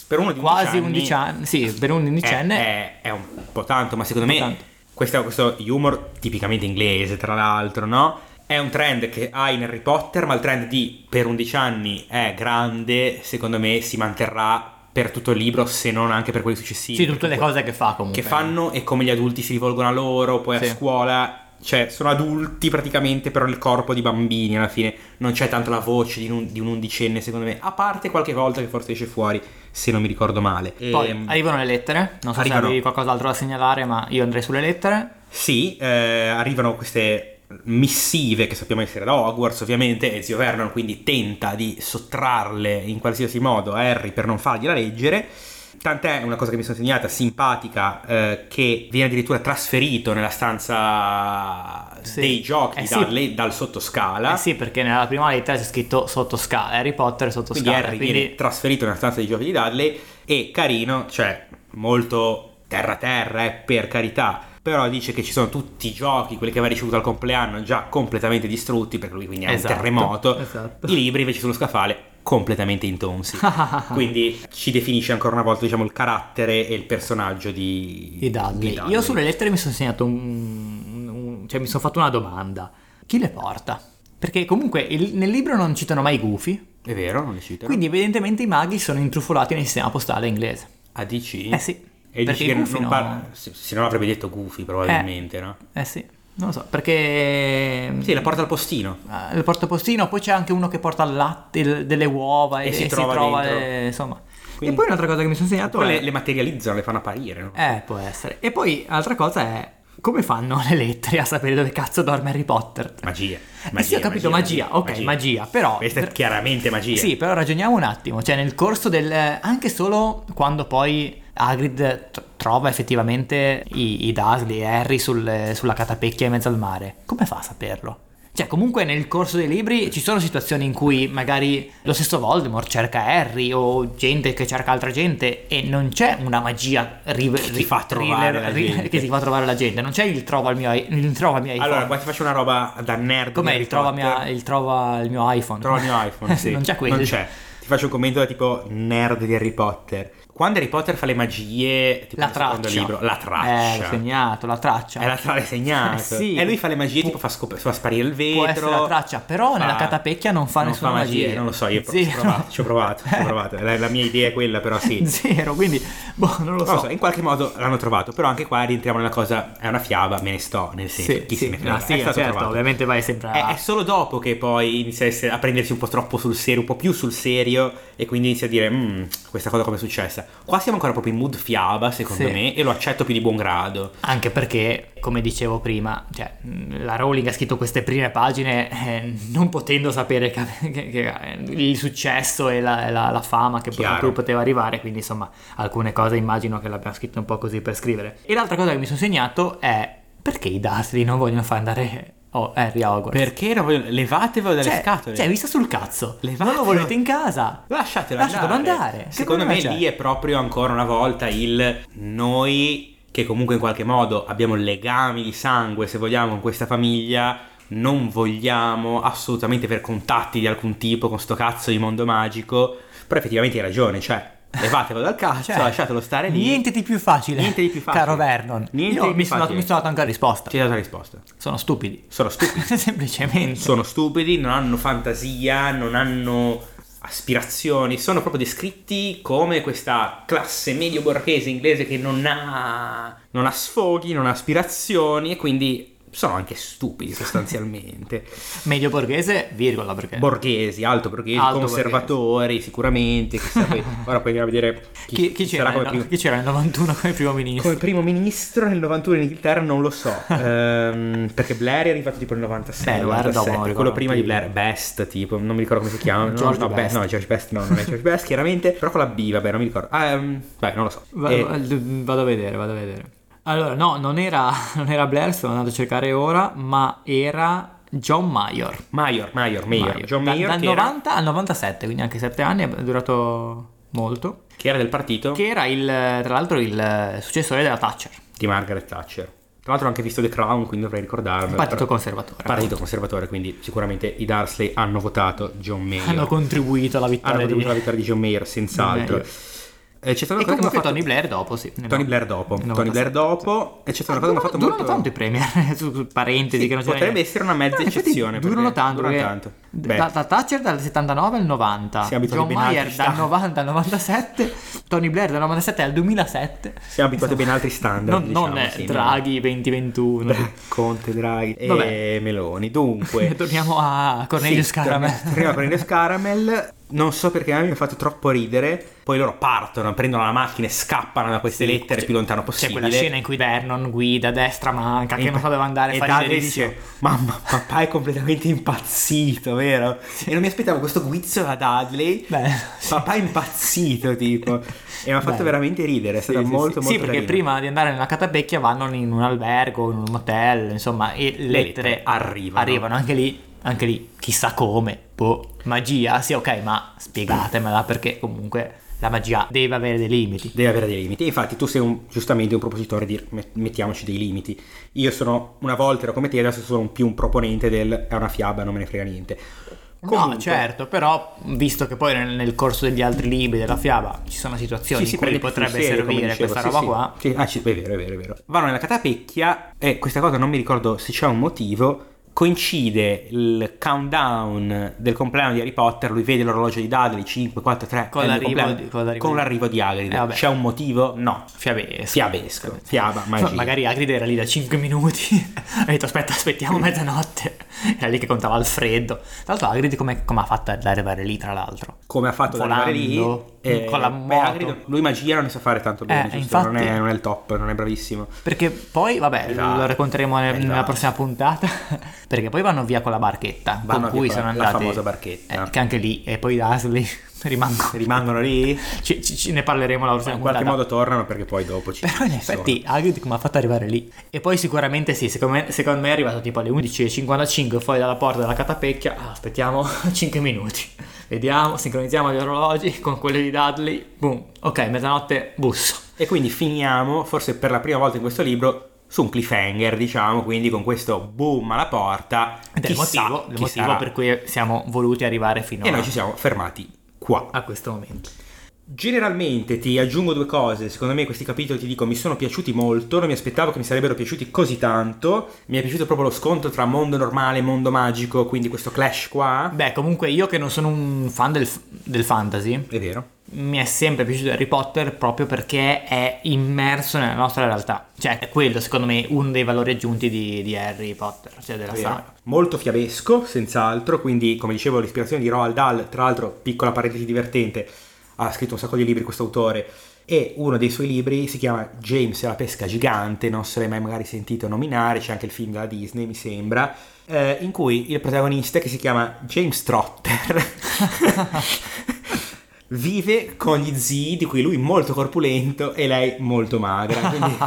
S2: Per uno di
S1: quasi
S2: 11 anni,
S1: undicenne, sì, per un undicenne
S2: È, è- è un po' tanto, ma secondo
S1: Un
S2: me
S1: po' tanto.
S2: questo, questo humor tipicamente inglese, tra l'altro, no? È un trend che hai in Harry Potter, ma il trend di per 11 anni è grande, secondo me si manterrà per tutto il libro, se non anche per quelli successivi.
S1: sì, tutte le cose che fa comunque.
S2: che fanno e come gli adulti si rivolgono a loro, poi
S1: Sì.
S2: a scuola. Cioè, sono adulti praticamente, però il corpo di bambini alla fine non c'è tanto la voce di un, di un undicenne, secondo me. A parte qualche volta che forse esce fuori, se non mi ricordo male.
S1: Poi
S2: Ehm,
S1: arrivano le lettere, non so se
S2: arrivano.
S1: avevi qualcos'altro da segnalare, ma io andrei sulle lettere.
S2: Sì, eh, arrivano queste missive che sappiamo essere da Hogwarts ovviamente e zio Vernon quindi tenta di sottrarle in qualsiasi modo a Harry per non fargliela leggere tant'è una cosa che mi sono segnata simpatica eh, che viene addirittura trasferito nella stanza
S1: Sì.
S2: dei giochi
S1: Eh
S2: di
S1: sì.
S2: Dudley, dal sottoscala
S1: Eh sì, perché nella prima lettera c'è scritto sotto scala, Harry Potter sotto
S2: quindi
S1: scala.
S2: Harry
S1: quindi-
S2: viene trasferito nella stanza dei giochi di Dudley e carino, cioè molto terra terra, eh, per carità, però dice che ci sono tutti i giochi, quelli che aveva ricevuto al compleanno, già completamente distrutti, perché lui quindi ha
S1: Esatto,
S2: un terremoto,
S1: esatto.
S2: i libri invece sullo scaffale completamente intonsi. quindi ci definisce ancora una volta diciamo il carattere e il personaggio di,
S1: di Dudley.
S2: di
S1: Io sulle lettere mi sono segnato un, un- cioè mi sono fatto una domanda. Chi le porta? Perché comunque il- nel libro non citano mai i gufi,
S2: È vero, non le citano.
S1: quindi evidentemente i maghi sono intrufolati nel sistema postale inglese.
S2: ADC?
S1: Eh sì,
S2: E
S1: perché
S2: dice che
S1: i
S2: non
S1: gufi no.
S2: parla... Se, se no avrebbe detto Goofy probabilmente, no?
S1: Eh sì, non lo so, perché
S2: Sì, la porta al postino.
S1: Ah, il portapostino, poi c'è anche uno che porta il latte, il- delle uova e,
S2: E si
S1: e
S2: trova dentro.
S1: eh, insomma.
S2: Quindi-
S1: e poi un'altra cosa che mi sono segnato
S2: Poi
S1: è...
S2: le, le materializzano, le fanno apparire, no?
S1: Eh, può essere. E poi altra cosa è come fanno le lettere a sapere dove cazzo dorme Harry Potter?
S2: Magia.
S1: Eh sì, ho capito, magia, ok, magia, però...
S2: Questa è chiaramente magia.
S1: Sì, però ragioniamo un attimo, cioè nel corso del... anche solo quando poi Hagrid t- trova effettivamente i, i Dursley e Harry sul- sulla catapecchia in mezzo al mare, come fa a saperlo? Cioè comunque nel corso dei libri ci sono situazioni in cui magari lo stesso Voldemort cerca Harry o gente che cerca altra gente e non c'è una magia ri- ri-
S2: fa trovare la gente.
S1: che ti fa trovare la gente, non c'è il trova il mio, i- il trova il mio iPhone.
S2: Allora, qua ti faccio una roba da nerd.
S1: Com'è
S2: di
S1: il trova,
S2: Harry
S1: mia-
S2: Potter.
S1: il trova il mio iPhone?
S2: Trova il mio iPhone, sì.
S1: non c'è quello.
S2: Non c'è. Ti faccio un commento da tipo nerd di Harry Potter. Quando Harry Potter fa le magie, tipo
S1: La
S2: nel secondo
S1: traccia.
S2: libro, la
S1: Eh, l'ho
S2: traccia.
S1: segnato, la traccia.
S2: è la tra l'hai segnato.
S1: Eh, sì.
S2: E lui fa le magie, tipo fa, scop- fa sparire il vetro.
S1: Può essere la traccia, però
S2: fa-
S1: nella catapecchia non fa nessuna
S2: fa magie,
S1: magia.
S2: Non lo so, io pro-
S1: Zero.
S2: ci ho provato, ci ho provato, ci ho provato. La, la mia idea è quella, però sì.
S1: Zero, quindi, boh, non lo so.
S2: Non lo so, in qualche modo l'hanno trovato, però anche qua rientriamo nella cosa, è una fiaba, me ne sto, nel senso, chi se ne frega,
S1: no, sì,
S2: è stato
S1: certo,
S2: trovato. Eh,
S1: ovviamente vai sempre a...
S2: È, è solo dopo che poi inizia a essere- a prendersi un po' troppo sul serio, un po' più sul serio, e quindi inizia a dire, "Mm, questa cosa come è successa? Qua siamo ancora proprio in mood fiaba, secondo
S1: Sì.
S2: me, e lo accetto più di buon grado.
S1: Anche perché, come dicevo prima, cioè, mh, la Rowling ha scritto queste prime pagine eh, non potendo sapere che- che- che- eh, il successo e la, la- la fama che
S2: Chiaro.
S1: a cui poteva arrivare, quindi insomma alcune cose immagino che l'abbiamo scritto un po' così per scrivere. E l'altra cosa che mi sono segnato è perché i Dursley non vogliono far andare oh, Harry a Hogwarts?
S2: Perché non voglio- levatevelo dalle
S1: cioè,
S2: scatole.
S1: cioè, vi sta sul cazzo.
S2: Levatelo.
S1: Non lo volete in casa.
S2: Lasciatelo,
S1: Lasciatelo
S2: andare.
S1: andare. Che
S2: Secondo me
S1: problema c'è?
S2: lì è proprio ancora una volta il noi che comunque in qualche modo abbiamo legami di sangue, se vogliamo, con questa famiglia, non vogliamo assolutamente avere contatti di alcun tipo con sto cazzo di mondo magico, però effettivamente hai ragione, cioè levatelo dal cazzo,
S1: Cioè,
S2: lasciatelo stare lì.
S1: Niente di più facile.
S2: Niente di più facile.
S1: Caro Vernon.
S2: Niente
S1: Io
S2: di più
S1: mi sono, dato-
S2: facile.
S1: mi sono dato anche la risposta.
S2: Ci hai dato la risposta.
S1: Sono stupidi.
S2: Sono stupidi.
S1: Semplicemente.
S2: sono stupidi, non hanno fantasia, non hanno aspirazioni, sono proprio descritti come questa classe medio borghese inglese che non ha, non ha sfoghi, non ha aspirazioni e quindi sono anche stupidi sostanzialmente. Eh,
S1: Medio borghese, virgola perché.
S2: borghesi, alto borghesi,
S1: Alto
S2: conservatori sicuramente, chissà poi- ora poi andiamo a vedere chi,
S1: chi, chi
S2: chi
S1: c'era
S2: sarà come
S1: nel-
S2: primo-
S1: chi c'era nel 91 come primo ministro?
S2: come primo ministro nel 91 in Inghilterra non lo so ehm, perché Blair è arrivato tipo nel 96
S1: Beh, Blair dopo,
S2: 97,
S1: non ricordo
S2: quello prima di
S1: più.
S2: Blair Best tipo non mi ricordo come si chiama no,
S1: George
S2: no, Be-
S1: Best.
S2: no George Best no non è George Best chiaramente però con la B vabbè non mi ricordo ah, ehm, vabbè non lo so
S1: Va-
S2: Eh,
S1: Vado a vedere, vado a vedere. Allora, no, non era, non era Blair, sto andando a cercare ora, ma era John Mayer.
S2: Mayor Mayor Mayor
S1: Mayer.
S2: John
S1: Da-
S2: Mayor
S1: dal
S2: che, era,
S1: 90 al 97, quindi anche 7 anni, è durato molto.
S2: che era del partito
S1: Che era il, tra l'altro il successore della Thatcher,
S2: di Margaret Thatcher tra l'altro ho anche visto The Crown quindi dovrei ricordarlo
S1: partito conservatore.
S2: Eh, partito conservatore quindi sicuramente i Darsley hanno votato John Mayor
S1: Hanno contribuito alla vittoria
S2: hanno
S1: di-
S2: contribuito alla vittoria di John Mayer senz'altro
S1: Mayer.
S2: Eh, c'è stata
S1: E
S2: una cosa che mi
S1: comunque
S2: ha fatto
S1: Tony Blair dopo, sì. nel 90.
S2: Tony Blair dopo.
S1: Nel
S2: Tony Blair
S1: 97.
S2: dopo. E c'è stata una cosa che mi ha fatto
S1: Esatto. durano
S2: molto.
S1: tanto i premier, su, su- parentesi
S2: Sì,
S1: che non c'era
S2: potrebbe
S1: niente.
S2: essere una mezza
S1: infatti
S2: eccezione,
S1: Durano
S2: perché
S1: tanto.
S2: durano
S1: perché
S2: tanto. Beh.
S1: Da, da Thatcher dal 79 al 90.
S2: Siamo abituati
S1: John
S2: ben altri
S1: Mayer dal
S2: standard.
S1: 90 al 97. Tony Blair dal 97 al 2007.
S2: Siamo abituati ben altri standard.
S1: Non,
S2: diciamo,
S1: non, eh,
S2: sì,
S1: Draghi 2021.
S2: no? Conte, Draghi e
S1: Vabbè.
S2: Meloni. Dunque.
S1: Torniamo a Cornelius Caramel.
S2: Prima Cornelius Caramel. Non so perché a me mi ha fatto troppo ridere. Poi loro partono, prendono la macchina e scappano da queste lettere più lontano
S1: C'è
S2: possibile.
S1: quella scena in cui Vernon guida, destra manca, che non sa dove andare.
S2: E
S1: fa
S2: Dudley
S1: riderissimo.
S2: dice: Mamma, papà è completamente impazzito, vero? E non mi aspettavo questo guizzo da Dudley.
S1: Bello, sì.
S2: Papà è impazzito, tipo. E mi ha fatto
S1: Bello.
S2: veramente ridere, è stata
S1: Sì, sì,
S2: molto, molto
S1: sì. Sì, perché
S2: carina.
S1: prima di andare nella catapecchia vanno in un albergo, in un motel, insomma, e le lettere
S2: lettere arrivano.
S1: Arrivano anche lì, anche lì, chissà come, boh, magia, sì, ok, ma spiegatemela perché comunque la magia deve avere dei limiti.
S2: Deve avere dei limiti. Infatti, tu sei un- giustamente un propositore di met- mettiamoci dei limiti. Io sono una volta ero come te, adesso sono un- più un proponente del è una fiaba, non me ne frega niente.
S1: no,
S2: Comunque-
S1: certo, però visto che poi nel, nel corso degli altri libri della fiaba ci sono situazioni
S2: Sì, sì,
S1: in cui
S2: prende più sul
S1: potrebbe
S2: serio, come
S1: servire
S2: dicevo,
S1: questa
S2: sì,
S1: roba
S2: sì.
S1: qua.
S2: Sì, ah, sì, è vero, è vero, è vero. Vanno nella catapecchia e questa cosa non mi ricordo se c'è un motivo. Coincide il countdown del compleanno di Harry Potter, lui vede l'orologio di Dudley 5, 4, 3
S1: Con
S2: è il mio
S1: l'arrivo
S2: compleanno.
S1: di- con l'arrivo
S2: Con
S1: di-
S2: l'arrivo di Hagrid.
S1: Eh, vabbè.
S2: c'è un motivo? No.
S1: Fiabesco.
S2: Fiabesco. Fiaba,
S1: Ma
S2: magia.
S1: magari Hagrid era lì da 5 minuti. ha detto aspetta, aspettiamo mezzanotte. Era lì che contava il freddo. Tra l'altro Hagrid come, come ha fatto ad arrivare lì, tra l'altro?
S2: Come ha fatto ad arrivare lì? eh,
S1: Volando, con la
S2: beh,
S1: moto.
S2: Hagrid, lui magia non ne sa fare tanto bene,
S1: Eh,
S2: giusto?
S1: infatti.
S2: non, è, non è il top, non è bravissimo.
S1: Perché poi, vabbè,
S2: Esatto.
S1: lo racconteremo ne-
S2: Esatto.
S1: nella prossima puntata. Perché poi vanno via con la barchetta.
S2: Vanno
S1: con cui
S2: via con
S1: sono
S2: la- la
S1: andati.
S2: famosa barchetta.
S1: Eh, che anche lì. E poi Dursley rimangono.
S2: Rimangono lì?
S1: Ci- ci- ci- ne parleremo la prossima
S2: In
S1: puntata.
S2: qualche modo tornano perché poi dopo ci
S1: Però in
S2: sono.
S1: effetti Hagrid come ha fatto ad arrivare lì? E poi sicuramente sì, secondo me, secondo me è arrivato tipo alle 11.55 fuori dalla porta della catapecchia, ah, aspettiamo 5 minuti, vediamo, sincronizziamo gli orologi con quelli di Dudley, boom, ok, mezzanotte, busso.
S2: E quindi finiamo, forse per la prima volta in questo libro, su un cliffhanger, diciamo, quindi con questo boom alla porta.
S1: Ed è il
S2: chissà
S1: motivo, il
S2: chi
S1: motivo
S2: sarà.
S1: per cui siamo voluti arrivare fino
S2: E
S1: a,
S2: noi ci siamo fermati qua.
S1: a questo momento.
S2: Generalmente ti aggiungo due cose, secondo me questi capitoli ti dico mi sono piaciuti molto, non mi aspettavo che mi sarebbero piaciuti così tanto, mi è piaciuto proprio lo scontro tra mondo normale e mondo magico, quindi questo clash qua,
S1: Beh, comunque io che non sono un fan del, del fantasy,
S2: è vero,
S1: mi è sempre piaciuto Harry Potter proprio perché è immerso nella nostra realtà. Cioè, è quello, secondo me, uno dei valori aggiunti di, di Harry Potter, cioè della
S2: Vero.
S1: saga.
S2: molto fiabesco senz'altro, quindi come dicevo l'ispirazione di Roald Dahl, tra l'altro piccola parentesi divertente, ha scritto un sacco di libri questo autore e uno dei suoi libri si chiama James e la pesca gigante, non se l'hai mai magari sentito nominare, c'è anche il film della Disney mi sembra, eh, in cui il protagonista che si chiama James Trotter vive con gli zii di cui lui è molto corpulento e lei molto magra. Quindi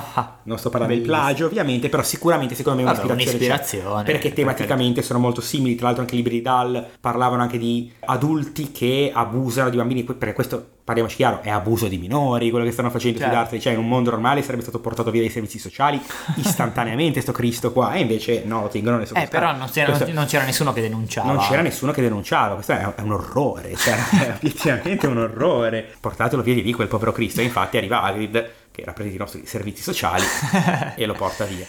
S2: non sto parlando di plagio ovviamente, però sicuramente secondo me è
S1: Vabbè,
S2: un'ispirazione.
S1: un'ispirazione,
S2: c'è. perché
S1: perché-
S2: tematicamente sono molto simili, tra l'altro anche i libri di Dahl parlavano anche di adulti che abusano di bambini, perché questo parliamoci chiaro, è abuso di minori, quello che stanno facendo
S1: Certo.
S2: sui dartri, cioè in un mondo normale sarebbe stato portato via dai servizi sociali istantaneamente sto Cristo qua, e invece no, lo tengono nel suo
S1: Eh, però non c'era,
S2: Questo-
S1: non c'era nessuno che denunciava.
S2: non c'era nessuno che denunciava, questo è è un orrore, cioè, è obiettivamente un orrore. Portatelo via di lì quel povero Cristo, e infatti arriva Hagrid, che rappresenta i nostri servizi sociali, e lo porta via.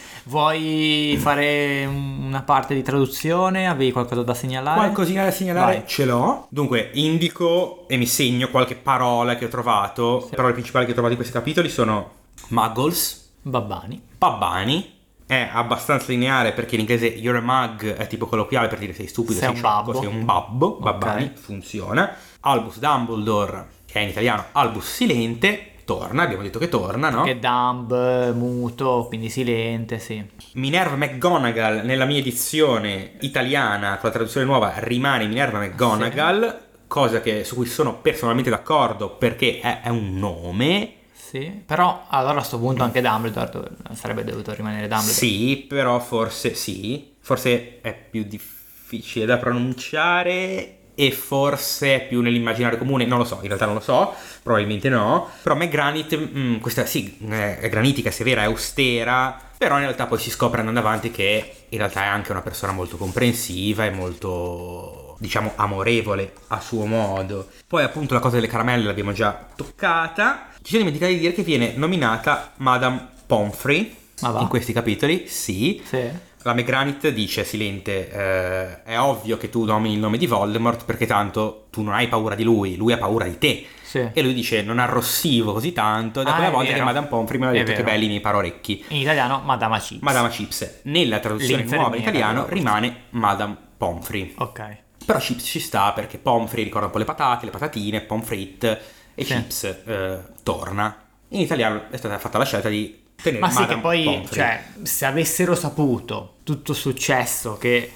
S1: Vuoi fare un- una parte di traduzione? Avevi qualcosa da segnalare?
S2: Qualcosina da segnalare
S1: Vai.
S2: ce l'ho. Dunque, indico e mi segno qualche parola che ho trovato. Le parole principali che ho trovato in questi capitoli sono muggles,
S1: Babbani.
S2: pabbani. È abbastanza lineare perché in inglese you're a mug è tipo colloquiale per dire sei stupido,
S1: Sei
S2: sei,
S1: un
S2: sciocco,
S1: babbo.
S2: sei un babbo, babbani, funziona. Albus Dumbledore, che è in italiano Albus Silente, torna, abbiamo detto che torna, no?
S1: Che è dumb, muto, quindi silente, sì.
S2: Minerva McGonagall nella mia edizione italiana con la traduzione nuova rimane Minerva McGonagall, cosa che- su cui sono personalmente d'accordo perché è, è un nome.
S1: Sì. Però allora a sto punto anche Dumbledore dove- sarebbe dovuto rimanere Dumbledore.
S2: Sì, però forse sì, forse è più difficile da pronunciare e forse è più nell'immaginario comune, non lo so, in realtà non lo so, probabilmente no, però McGranit, mm, questa sì, eh, è granitica, severa, è austera, però in realtà poi si scopre andando avanti che in realtà è anche una persona molto comprensiva e molto diciamo amorevole a suo modo. Poi appunto la cosa delle caramelle l'abbiamo già toccata. Ci sono dimenticati di dire che viene nominata Madame Pomfrey
S1: Ma va.
S2: in questi capitoli, sì.
S1: Sì.
S2: La McGranit dice, silente, eh, è ovvio che tu nomini il nome di Voldemort perché tanto tu non hai paura di lui, lui ha paura di te.
S1: Sì.
S2: E lui dice, non arrossivo così tanto, da
S1: Ah,
S2: quella
S1: è
S2: volta
S1: vero.
S2: che Madame Pomfrey mi ha
S1: È
S2: detto che
S1: vero.
S2: belli i miei parorecchi.
S1: In italiano, Madama Chips.
S2: Madama Chips. Nella traduzione
S1: L'infermiera
S2: nuova in italiano
S1: della
S2: rimane Madame Pomfrey.
S1: Ok.
S2: Però chips ci sta perché pomfrey ricorda un po' le patate, le patatine, pomfrit e
S1: Sì.
S2: chips eh, torna. In italiano è stata fatta la scelta di tenere
S1: Ma sì,
S2: Eh, Madame
S1: che poi,
S2: Pomfrey.
S1: cioè, se avessero saputo tutto il successo che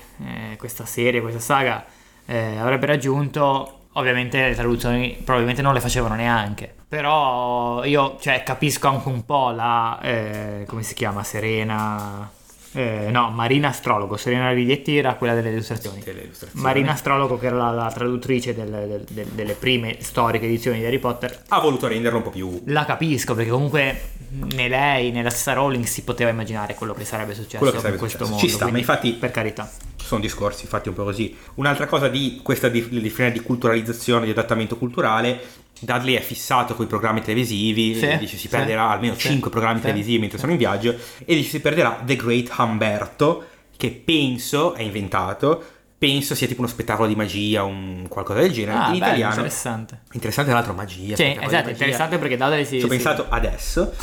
S1: eh, questa serie, questa saga eh, avrebbe raggiunto, ovviamente le traduzioni probabilmente non le facevano neanche. Però io, cioè, capisco anche un po' la, eh, come si chiama, Serena... eh, no, Marina Astrologo, Serena Riglietti era quella delle illustrazioni.
S2: Delle illustrazioni.
S1: Marina Astrologo, che era la, la traduttrice del- del- del- delle prime storiche edizioni di Harry Potter,
S2: Ha voluto renderlo un po' più...
S1: la capisco perché comunque né lei né la stessa Rowling si poteva immaginare quello che sarebbe successo
S2: Quello che sarebbe
S1: in questo
S2: successo.
S1: mondo.
S2: Ci sta, ma
S1: quindi,
S2: infatti-
S1: Per carità.
S2: Ci sono discorsi fatti un po' così. Un'altra cosa di questa di- disciplina di culturalizzazione, di adattamento culturale... Dudley è fissato con i programmi televisivi,
S1: Sì,
S2: dice si
S1: sì,
S2: perderà almeno
S1: sì,
S2: 5 programmi
S1: sì,
S2: televisivi mentre sono in viaggio e dice si perderà The Great Humberto che penso è inventato, penso sia tipo uno spettacolo di magia, un qualcosa del genere
S1: Ah,
S2: in
S1: bello,
S2: italiano.
S1: interessante.
S2: Interessante tra l'altro
S1: Cioè,
S2: magia. spettacolo di
S1: esatto,
S2: magia.
S1: interessante perché Dudley si...
S2: Ci ho
S1: si-
S2: pensato adesso,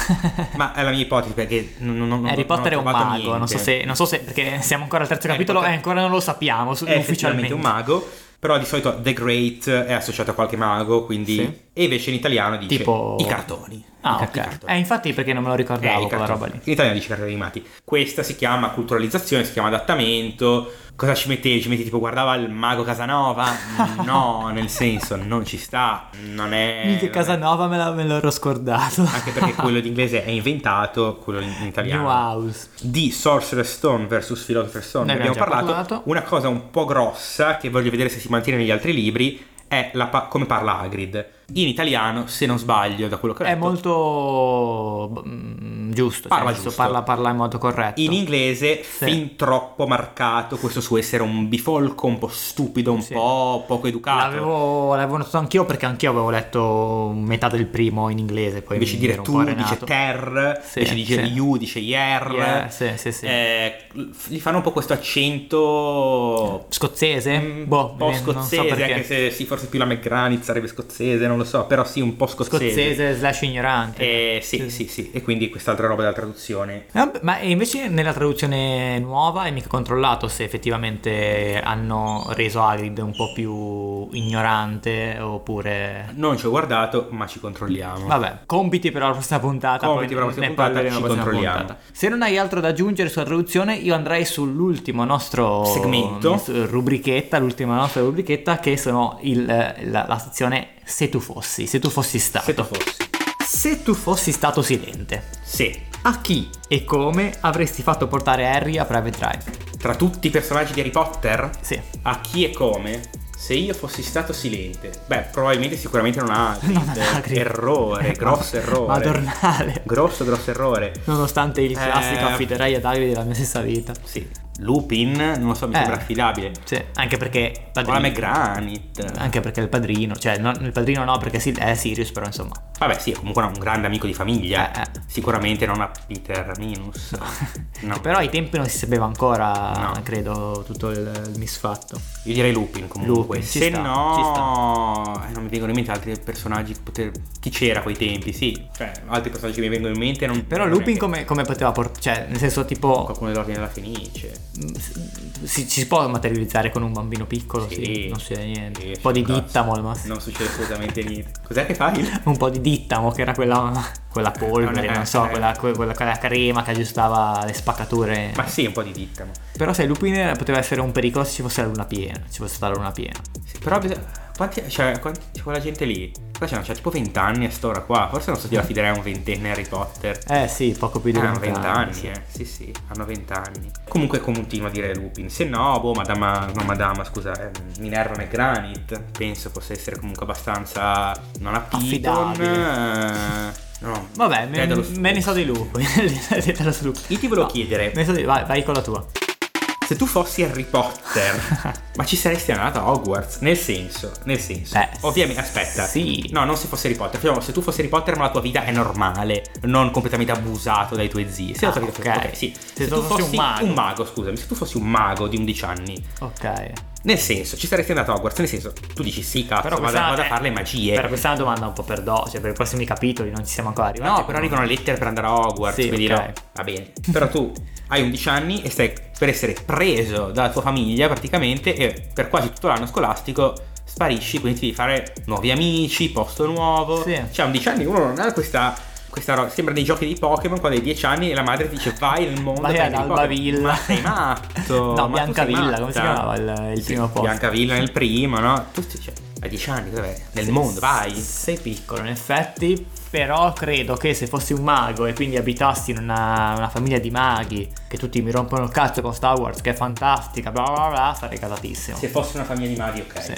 S2: ma è la mia ipotesi perché non, non, non
S1: Harry
S2: non ho
S1: Potter è un
S2: trovato
S1: mago, non
S2: niente.
S1: so, se, non so se... perché siamo ancora al terzo
S2: Harry
S1: capitolo
S2: Potter-
S1: e ancora non lo sappiamo su-
S2: è
S1: ufficialmente.
S2: effettivamente un mago, però di solito The Great è associato a qualche mago, quindi
S1: Sì.
S2: e invece in italiano dice
S1: Tipo-
S2: i cartoni.
S1: Ah,
S2: I car- i
S1: ok.
S2: cartoni.
S1: Eh, infatti perché non me lo
S2: Eh,
S1: ricordavo
S2: i
S1: quella
S2: cartoni.
S1: roba lì.
S2: In italiano dice cartoni animati. Questa si chiama culturalizzazione, si chiama adattamento. Cosa ci mettevi? Ci metti tipo guardava il mago Casanova? No, nel senso non ci sta, non è...
S1: Mica
S2: non è-
S1: Casanova me, la- me l'ero scordato.
S2: Eh, Anche perché quello d'inglese è inventato, quello in in italiano.
S1: New House.
S2: Di Sorcerer's Stone versus Philosopher's Stone
S1: Ne
S2: ne abbiamo
S1: abbiamo già
S2: parlato.
S1: parlato.
S2: Una cosa un po' grossa che voglio vedere se si mantiene negli altri libri è la pa- come parla Hagrid. In italiano, se non sbaglio, da quello che ho
S1: È
S2: letto,
S1: molto mm, giusto,
S2: Parla
S1: nel senso,
S2: giusto.
S1: Parla, parla in modo corretto.
S2: In inglese fin troppo marcato questo suo essere un bifolco, un po' stupido, un
S1: Sì.
S2: po' poco educato.
S1: L'avevo, l'avevo notato anch'io perché anch'io avevo letto metà del primo in inglese. Poi
S2: Invece
S1: mi
S2: di dire
S1: ero un
S2: tu,
S1: po'
S2: dice
S1: arenato.
S2: ter,
S1: Sì,
S2: invece di dire
S1: sì.
S2: you, dice yer.
S1: Yeah, sì, sì, sì.
S2: Eh, gli fanno un po' questo accento
S1: Scozzese?
S2: Mm,
S1: boh,
S2: un po'
S1: mi viene- non so
S2: scozzese,
S1: perché.
S2: anche se sì, forse più la McGranit sarebbe scozzese, non lo so, però sì, un po' scozzese.
S1: Scozzese slash ignorante.
S2: Eh, sì, sì, sì, e quindi quest'altra roba della
S1: Eh,
S2: traduzione.
S1: vabbè, Ma invece nella traduzione nuova è mica controllato se effettivamente hanno reso Hagrid un po' più ignorante oppure...
S2: Non ci ho guardato, ma ci controlliamo.
S1: Vabbè, compiti per la prossima puntata.
S2: Compiti per la
S1: poi
S2: prossima
S1: ne
S2: puntata,
S1: parleremo
S2: ci
S1: alla prossima
S2: controlliamo.
S1: Se non hai altro da aggiungere sulla traduzione, io andrei sull'ultimo nostro
S2: Segmento.
S1: s- rubrichetta, l'ultima nostra rubrichetta, che sono il, eh, la, la sezione Se tu fossi, se tu fossi stato.
S2: Se tu fossi.
S1: Se tu fossi stato silente,
S2: Se
S1: a chi e come avresti fatto portare Harry a Private Drive?
S2: tra tutti i personaggi di Harry Potter,
S1: Sì.
S2: a chi e come, se io fossi stato silente, beh, probabilmente sicuramente non ha
S1: Non ad Hagrid.
S2: errore,
S1: Eh,
S2: grosso
S1: ma-
S2: errore.
S1: Madornale.
S2: Grosso, grosso errore.
S1: Nonostante il classico
S2: Eh.
S1: affiderei ad Hagrid della mia stessa vita.
S2: Sì. Lupin, non lo so, mi
S1: Eh.
S2: sembra affidabile.
S1: Sì, anche perché...
S2: O la
S1: padrino-
S2: McGranit.
S1: Anche perché il padrino, cioè no, il padrino no perché sì, è Sirius però insomma.
S2: Vabbè, sì, è comunque un grande amico di famiglia.
S1: Eh, eh.
S2: Sicuramente non a Peter Minus.
S1: Che però ai tempi non si sapeva ancora,
S2: No.
S1: credo, tutto il, il misfatto.
S2: Io direi Lupin comunque.
S1: Lupin, ci
S2: Se
S1: sta,
S2: no, eh, non mi vengono in mente altri personaggi. che poter- Chi c'era a quei tempi? Sì, cioè, altri personaggi che mi vengono in mente. Non,
S1: Però
S2: non è
S1: Lupin
S2: che-
S1: come, come poteva portare, cioè nel senso tipo
S2: Qualcuno dell'Ordine della Fenice.
S1: mh, si- si, ci si può materializzare con un bambino piccolo, Oh, sì, non succede niente.
S2: Sì,
S1: un po' di
S2: cazzo.
S1: dittamo al massimo.
S2: Non succede assolutamente niente. Cos'è che fai?
S1: Un po' di dittamo che era quella, quella polvere,
S2: Eh,
S1: non so,
S2: eh.
S1: quella, que- quella- quella crema che aggiustava le spaccature.
S2: Ma sì, un po' di dittamo.
S1: Però se Lupin era- poteva essere un pericolo se ci fosse la luna piena, ci fosse stata la luna piena.
S2: Sì, però bisogna. Quanti, cioè, quanti, c'è quella gente lì? Qua c'è, c'è tipo 20 anni a sta ora qua. Forse non so, ti la fiderei a un ventenne Harry Potter.
S1: Eh sì, poco più di
S2: Ah,
S1: 20
S2: 20
S1: anni,
S2: anni,
S1: sì.
S2: eh. Sì, sì, hanno 20 anni. Comunque continua a dire Lupin. Se no, boh, madama, no, madama, scusa, ehm, Minerva McGranit. Penso possa essere comunque abbastanza. Non a Piton. eh, no,
S1: Vabbè,
S2: eh,
S1: me,
S2: dello
S1: me ne so dei lupi. Detelo su lupi.
S2: Io ti volevo chiedere-
S1: Me ne so dei- vai, vai con la tua.
S2: Se tu fossi Harry Potter, ma ci saresti andata a Hogwarts? Nel senso, nel senso.
S1: Beh,
S2: Ovviamente, aspetta.
S1: Eh, sì.
S2: No, non se fossi Harry Potter. Facciamo, se tu fossi Harry Potter, ma la tua vita è normale, non completamente abusato dai tuoi zii. Se la tua
S1: Ah,
S2: vita
S1: ok.
S2: sì.
S1: Se tu fossi un mago.
S2: Un mago, scusami. Se tu fossi un mago di 11 anni,
S1: Ok.
S2: nel senso, ci saresti andato a Hogwarts? Nel senso, tu dici sì, cazzo, vado,
S1: questa
S2: vado a
S1: è-
S2: fare le magie.
S1: Però questa è una domanda un po' per do, cioè per i prossimi capitoli non ci siamo ancora arrivati.
S2: No, però arrivano le lettere per andare a Hogwarts,
S1: Sì,
S2: quindi
S1: ok.
S2: no, va bene. Però tu hai 11 anni e stai per essere preso dalla tua famiglia praticamente e per quasi tutto l'anno scolastico sparisci, quindi ti devi fare nuovi amici, posto nuovo.
S1: Sì.
S2: Cioè a 11 anni uno non ha questa... questa roba, sembra dei giochi di Pokémon quando hai 10 anni e la madre ti dice vai nel mondo
S1: Vai
S2: prendi
S1: ad
S2: i Pokémon".
S1: Albavilla.
S2: Ma sei matto
S1: No,
S2: ma tu sei
S1: Biancavilla, come si
S2: matta.
S1: chiamava il- il
S2: Sì,
S1: primo posto?
S2: Biancavilla nel primo, no? Tu cioè, hai 10 anni, dov'è? Nel mondo, vai
S1: Sei piccolo, in effetti, però credo che se fossi un mago e quindi abitassi in una, una famiglia di maghi che tutti mi rompono il cazzo con Star Wars che è fantastica, bla bla bla, sarei casatissimo.
S2: Se fossi una famiglia di Mario, ok.
S1: Sì.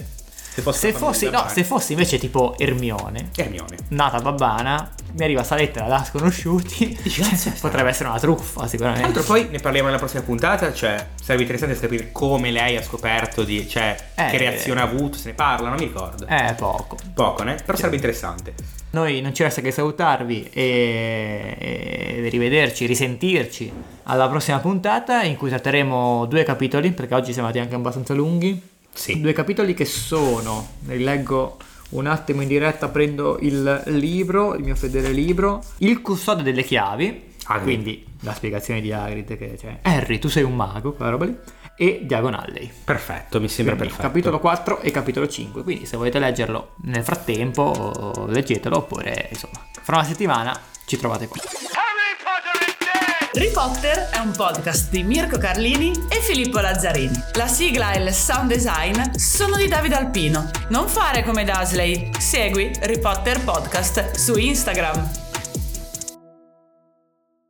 S2: Se fossi,
S1: Se
S2: una famiglia
S1: fossi,
S2: di
S1: no,
S2: Mario.
S1: se fossi invece tipo Ermione,
S2: Hermione.
S1: nata babbana, mi arriva sta lettera da sconosciuti,
S2: Dici, cazzo, è
S1: potrebbe essere una truffa
S2: Tra
S1: sicuramente.
S2: l'altro poi ne parliamo nella prossima puntata, cioè sarebbe interessante sapere come lei ha scoperto di, cioè,
S1: Eh,
S2: che reazione ha avuto, se ne parla, non mi ricordo.
S1: Eh, poco.
S2: Poco, né? Però sarebbe interessante.
S1: Noi non ci resta che salutarvi e, e rivederci, risentirci alla prossima puntata in cui tratteremo due capitoli, perché oggi siamo andati anche abbastanza lunghi.
S2: Sì.
S1: Due capitoli che sono, li leggo un attimo in diretta, prendo il libro, il mio fedele libro, Il custode delle chiavi,
S2: Hagrid.
S1: quindi la spiegazione di Hagrid che c'è, Harry tu sei un mago, quella roba lì, e Diagonalley.
S2: Perfetto, mi sembra
S1: Quindi,
S2: perfetto.
S1: capitolo 4 e capitolo 5 quindi se volete leggerlo nel frattempo leggetelo oppure insomma fra una settimana ci trovate qui
S3: Harry Potter is dead!
S5: Harry Potter è un podcast di Mirko Carlini e Filippo Lazzarini. La sigla e il sound design sono di Davide Alpino. Non fare come Dasley, segui Harry Potter Podcast su Instagram.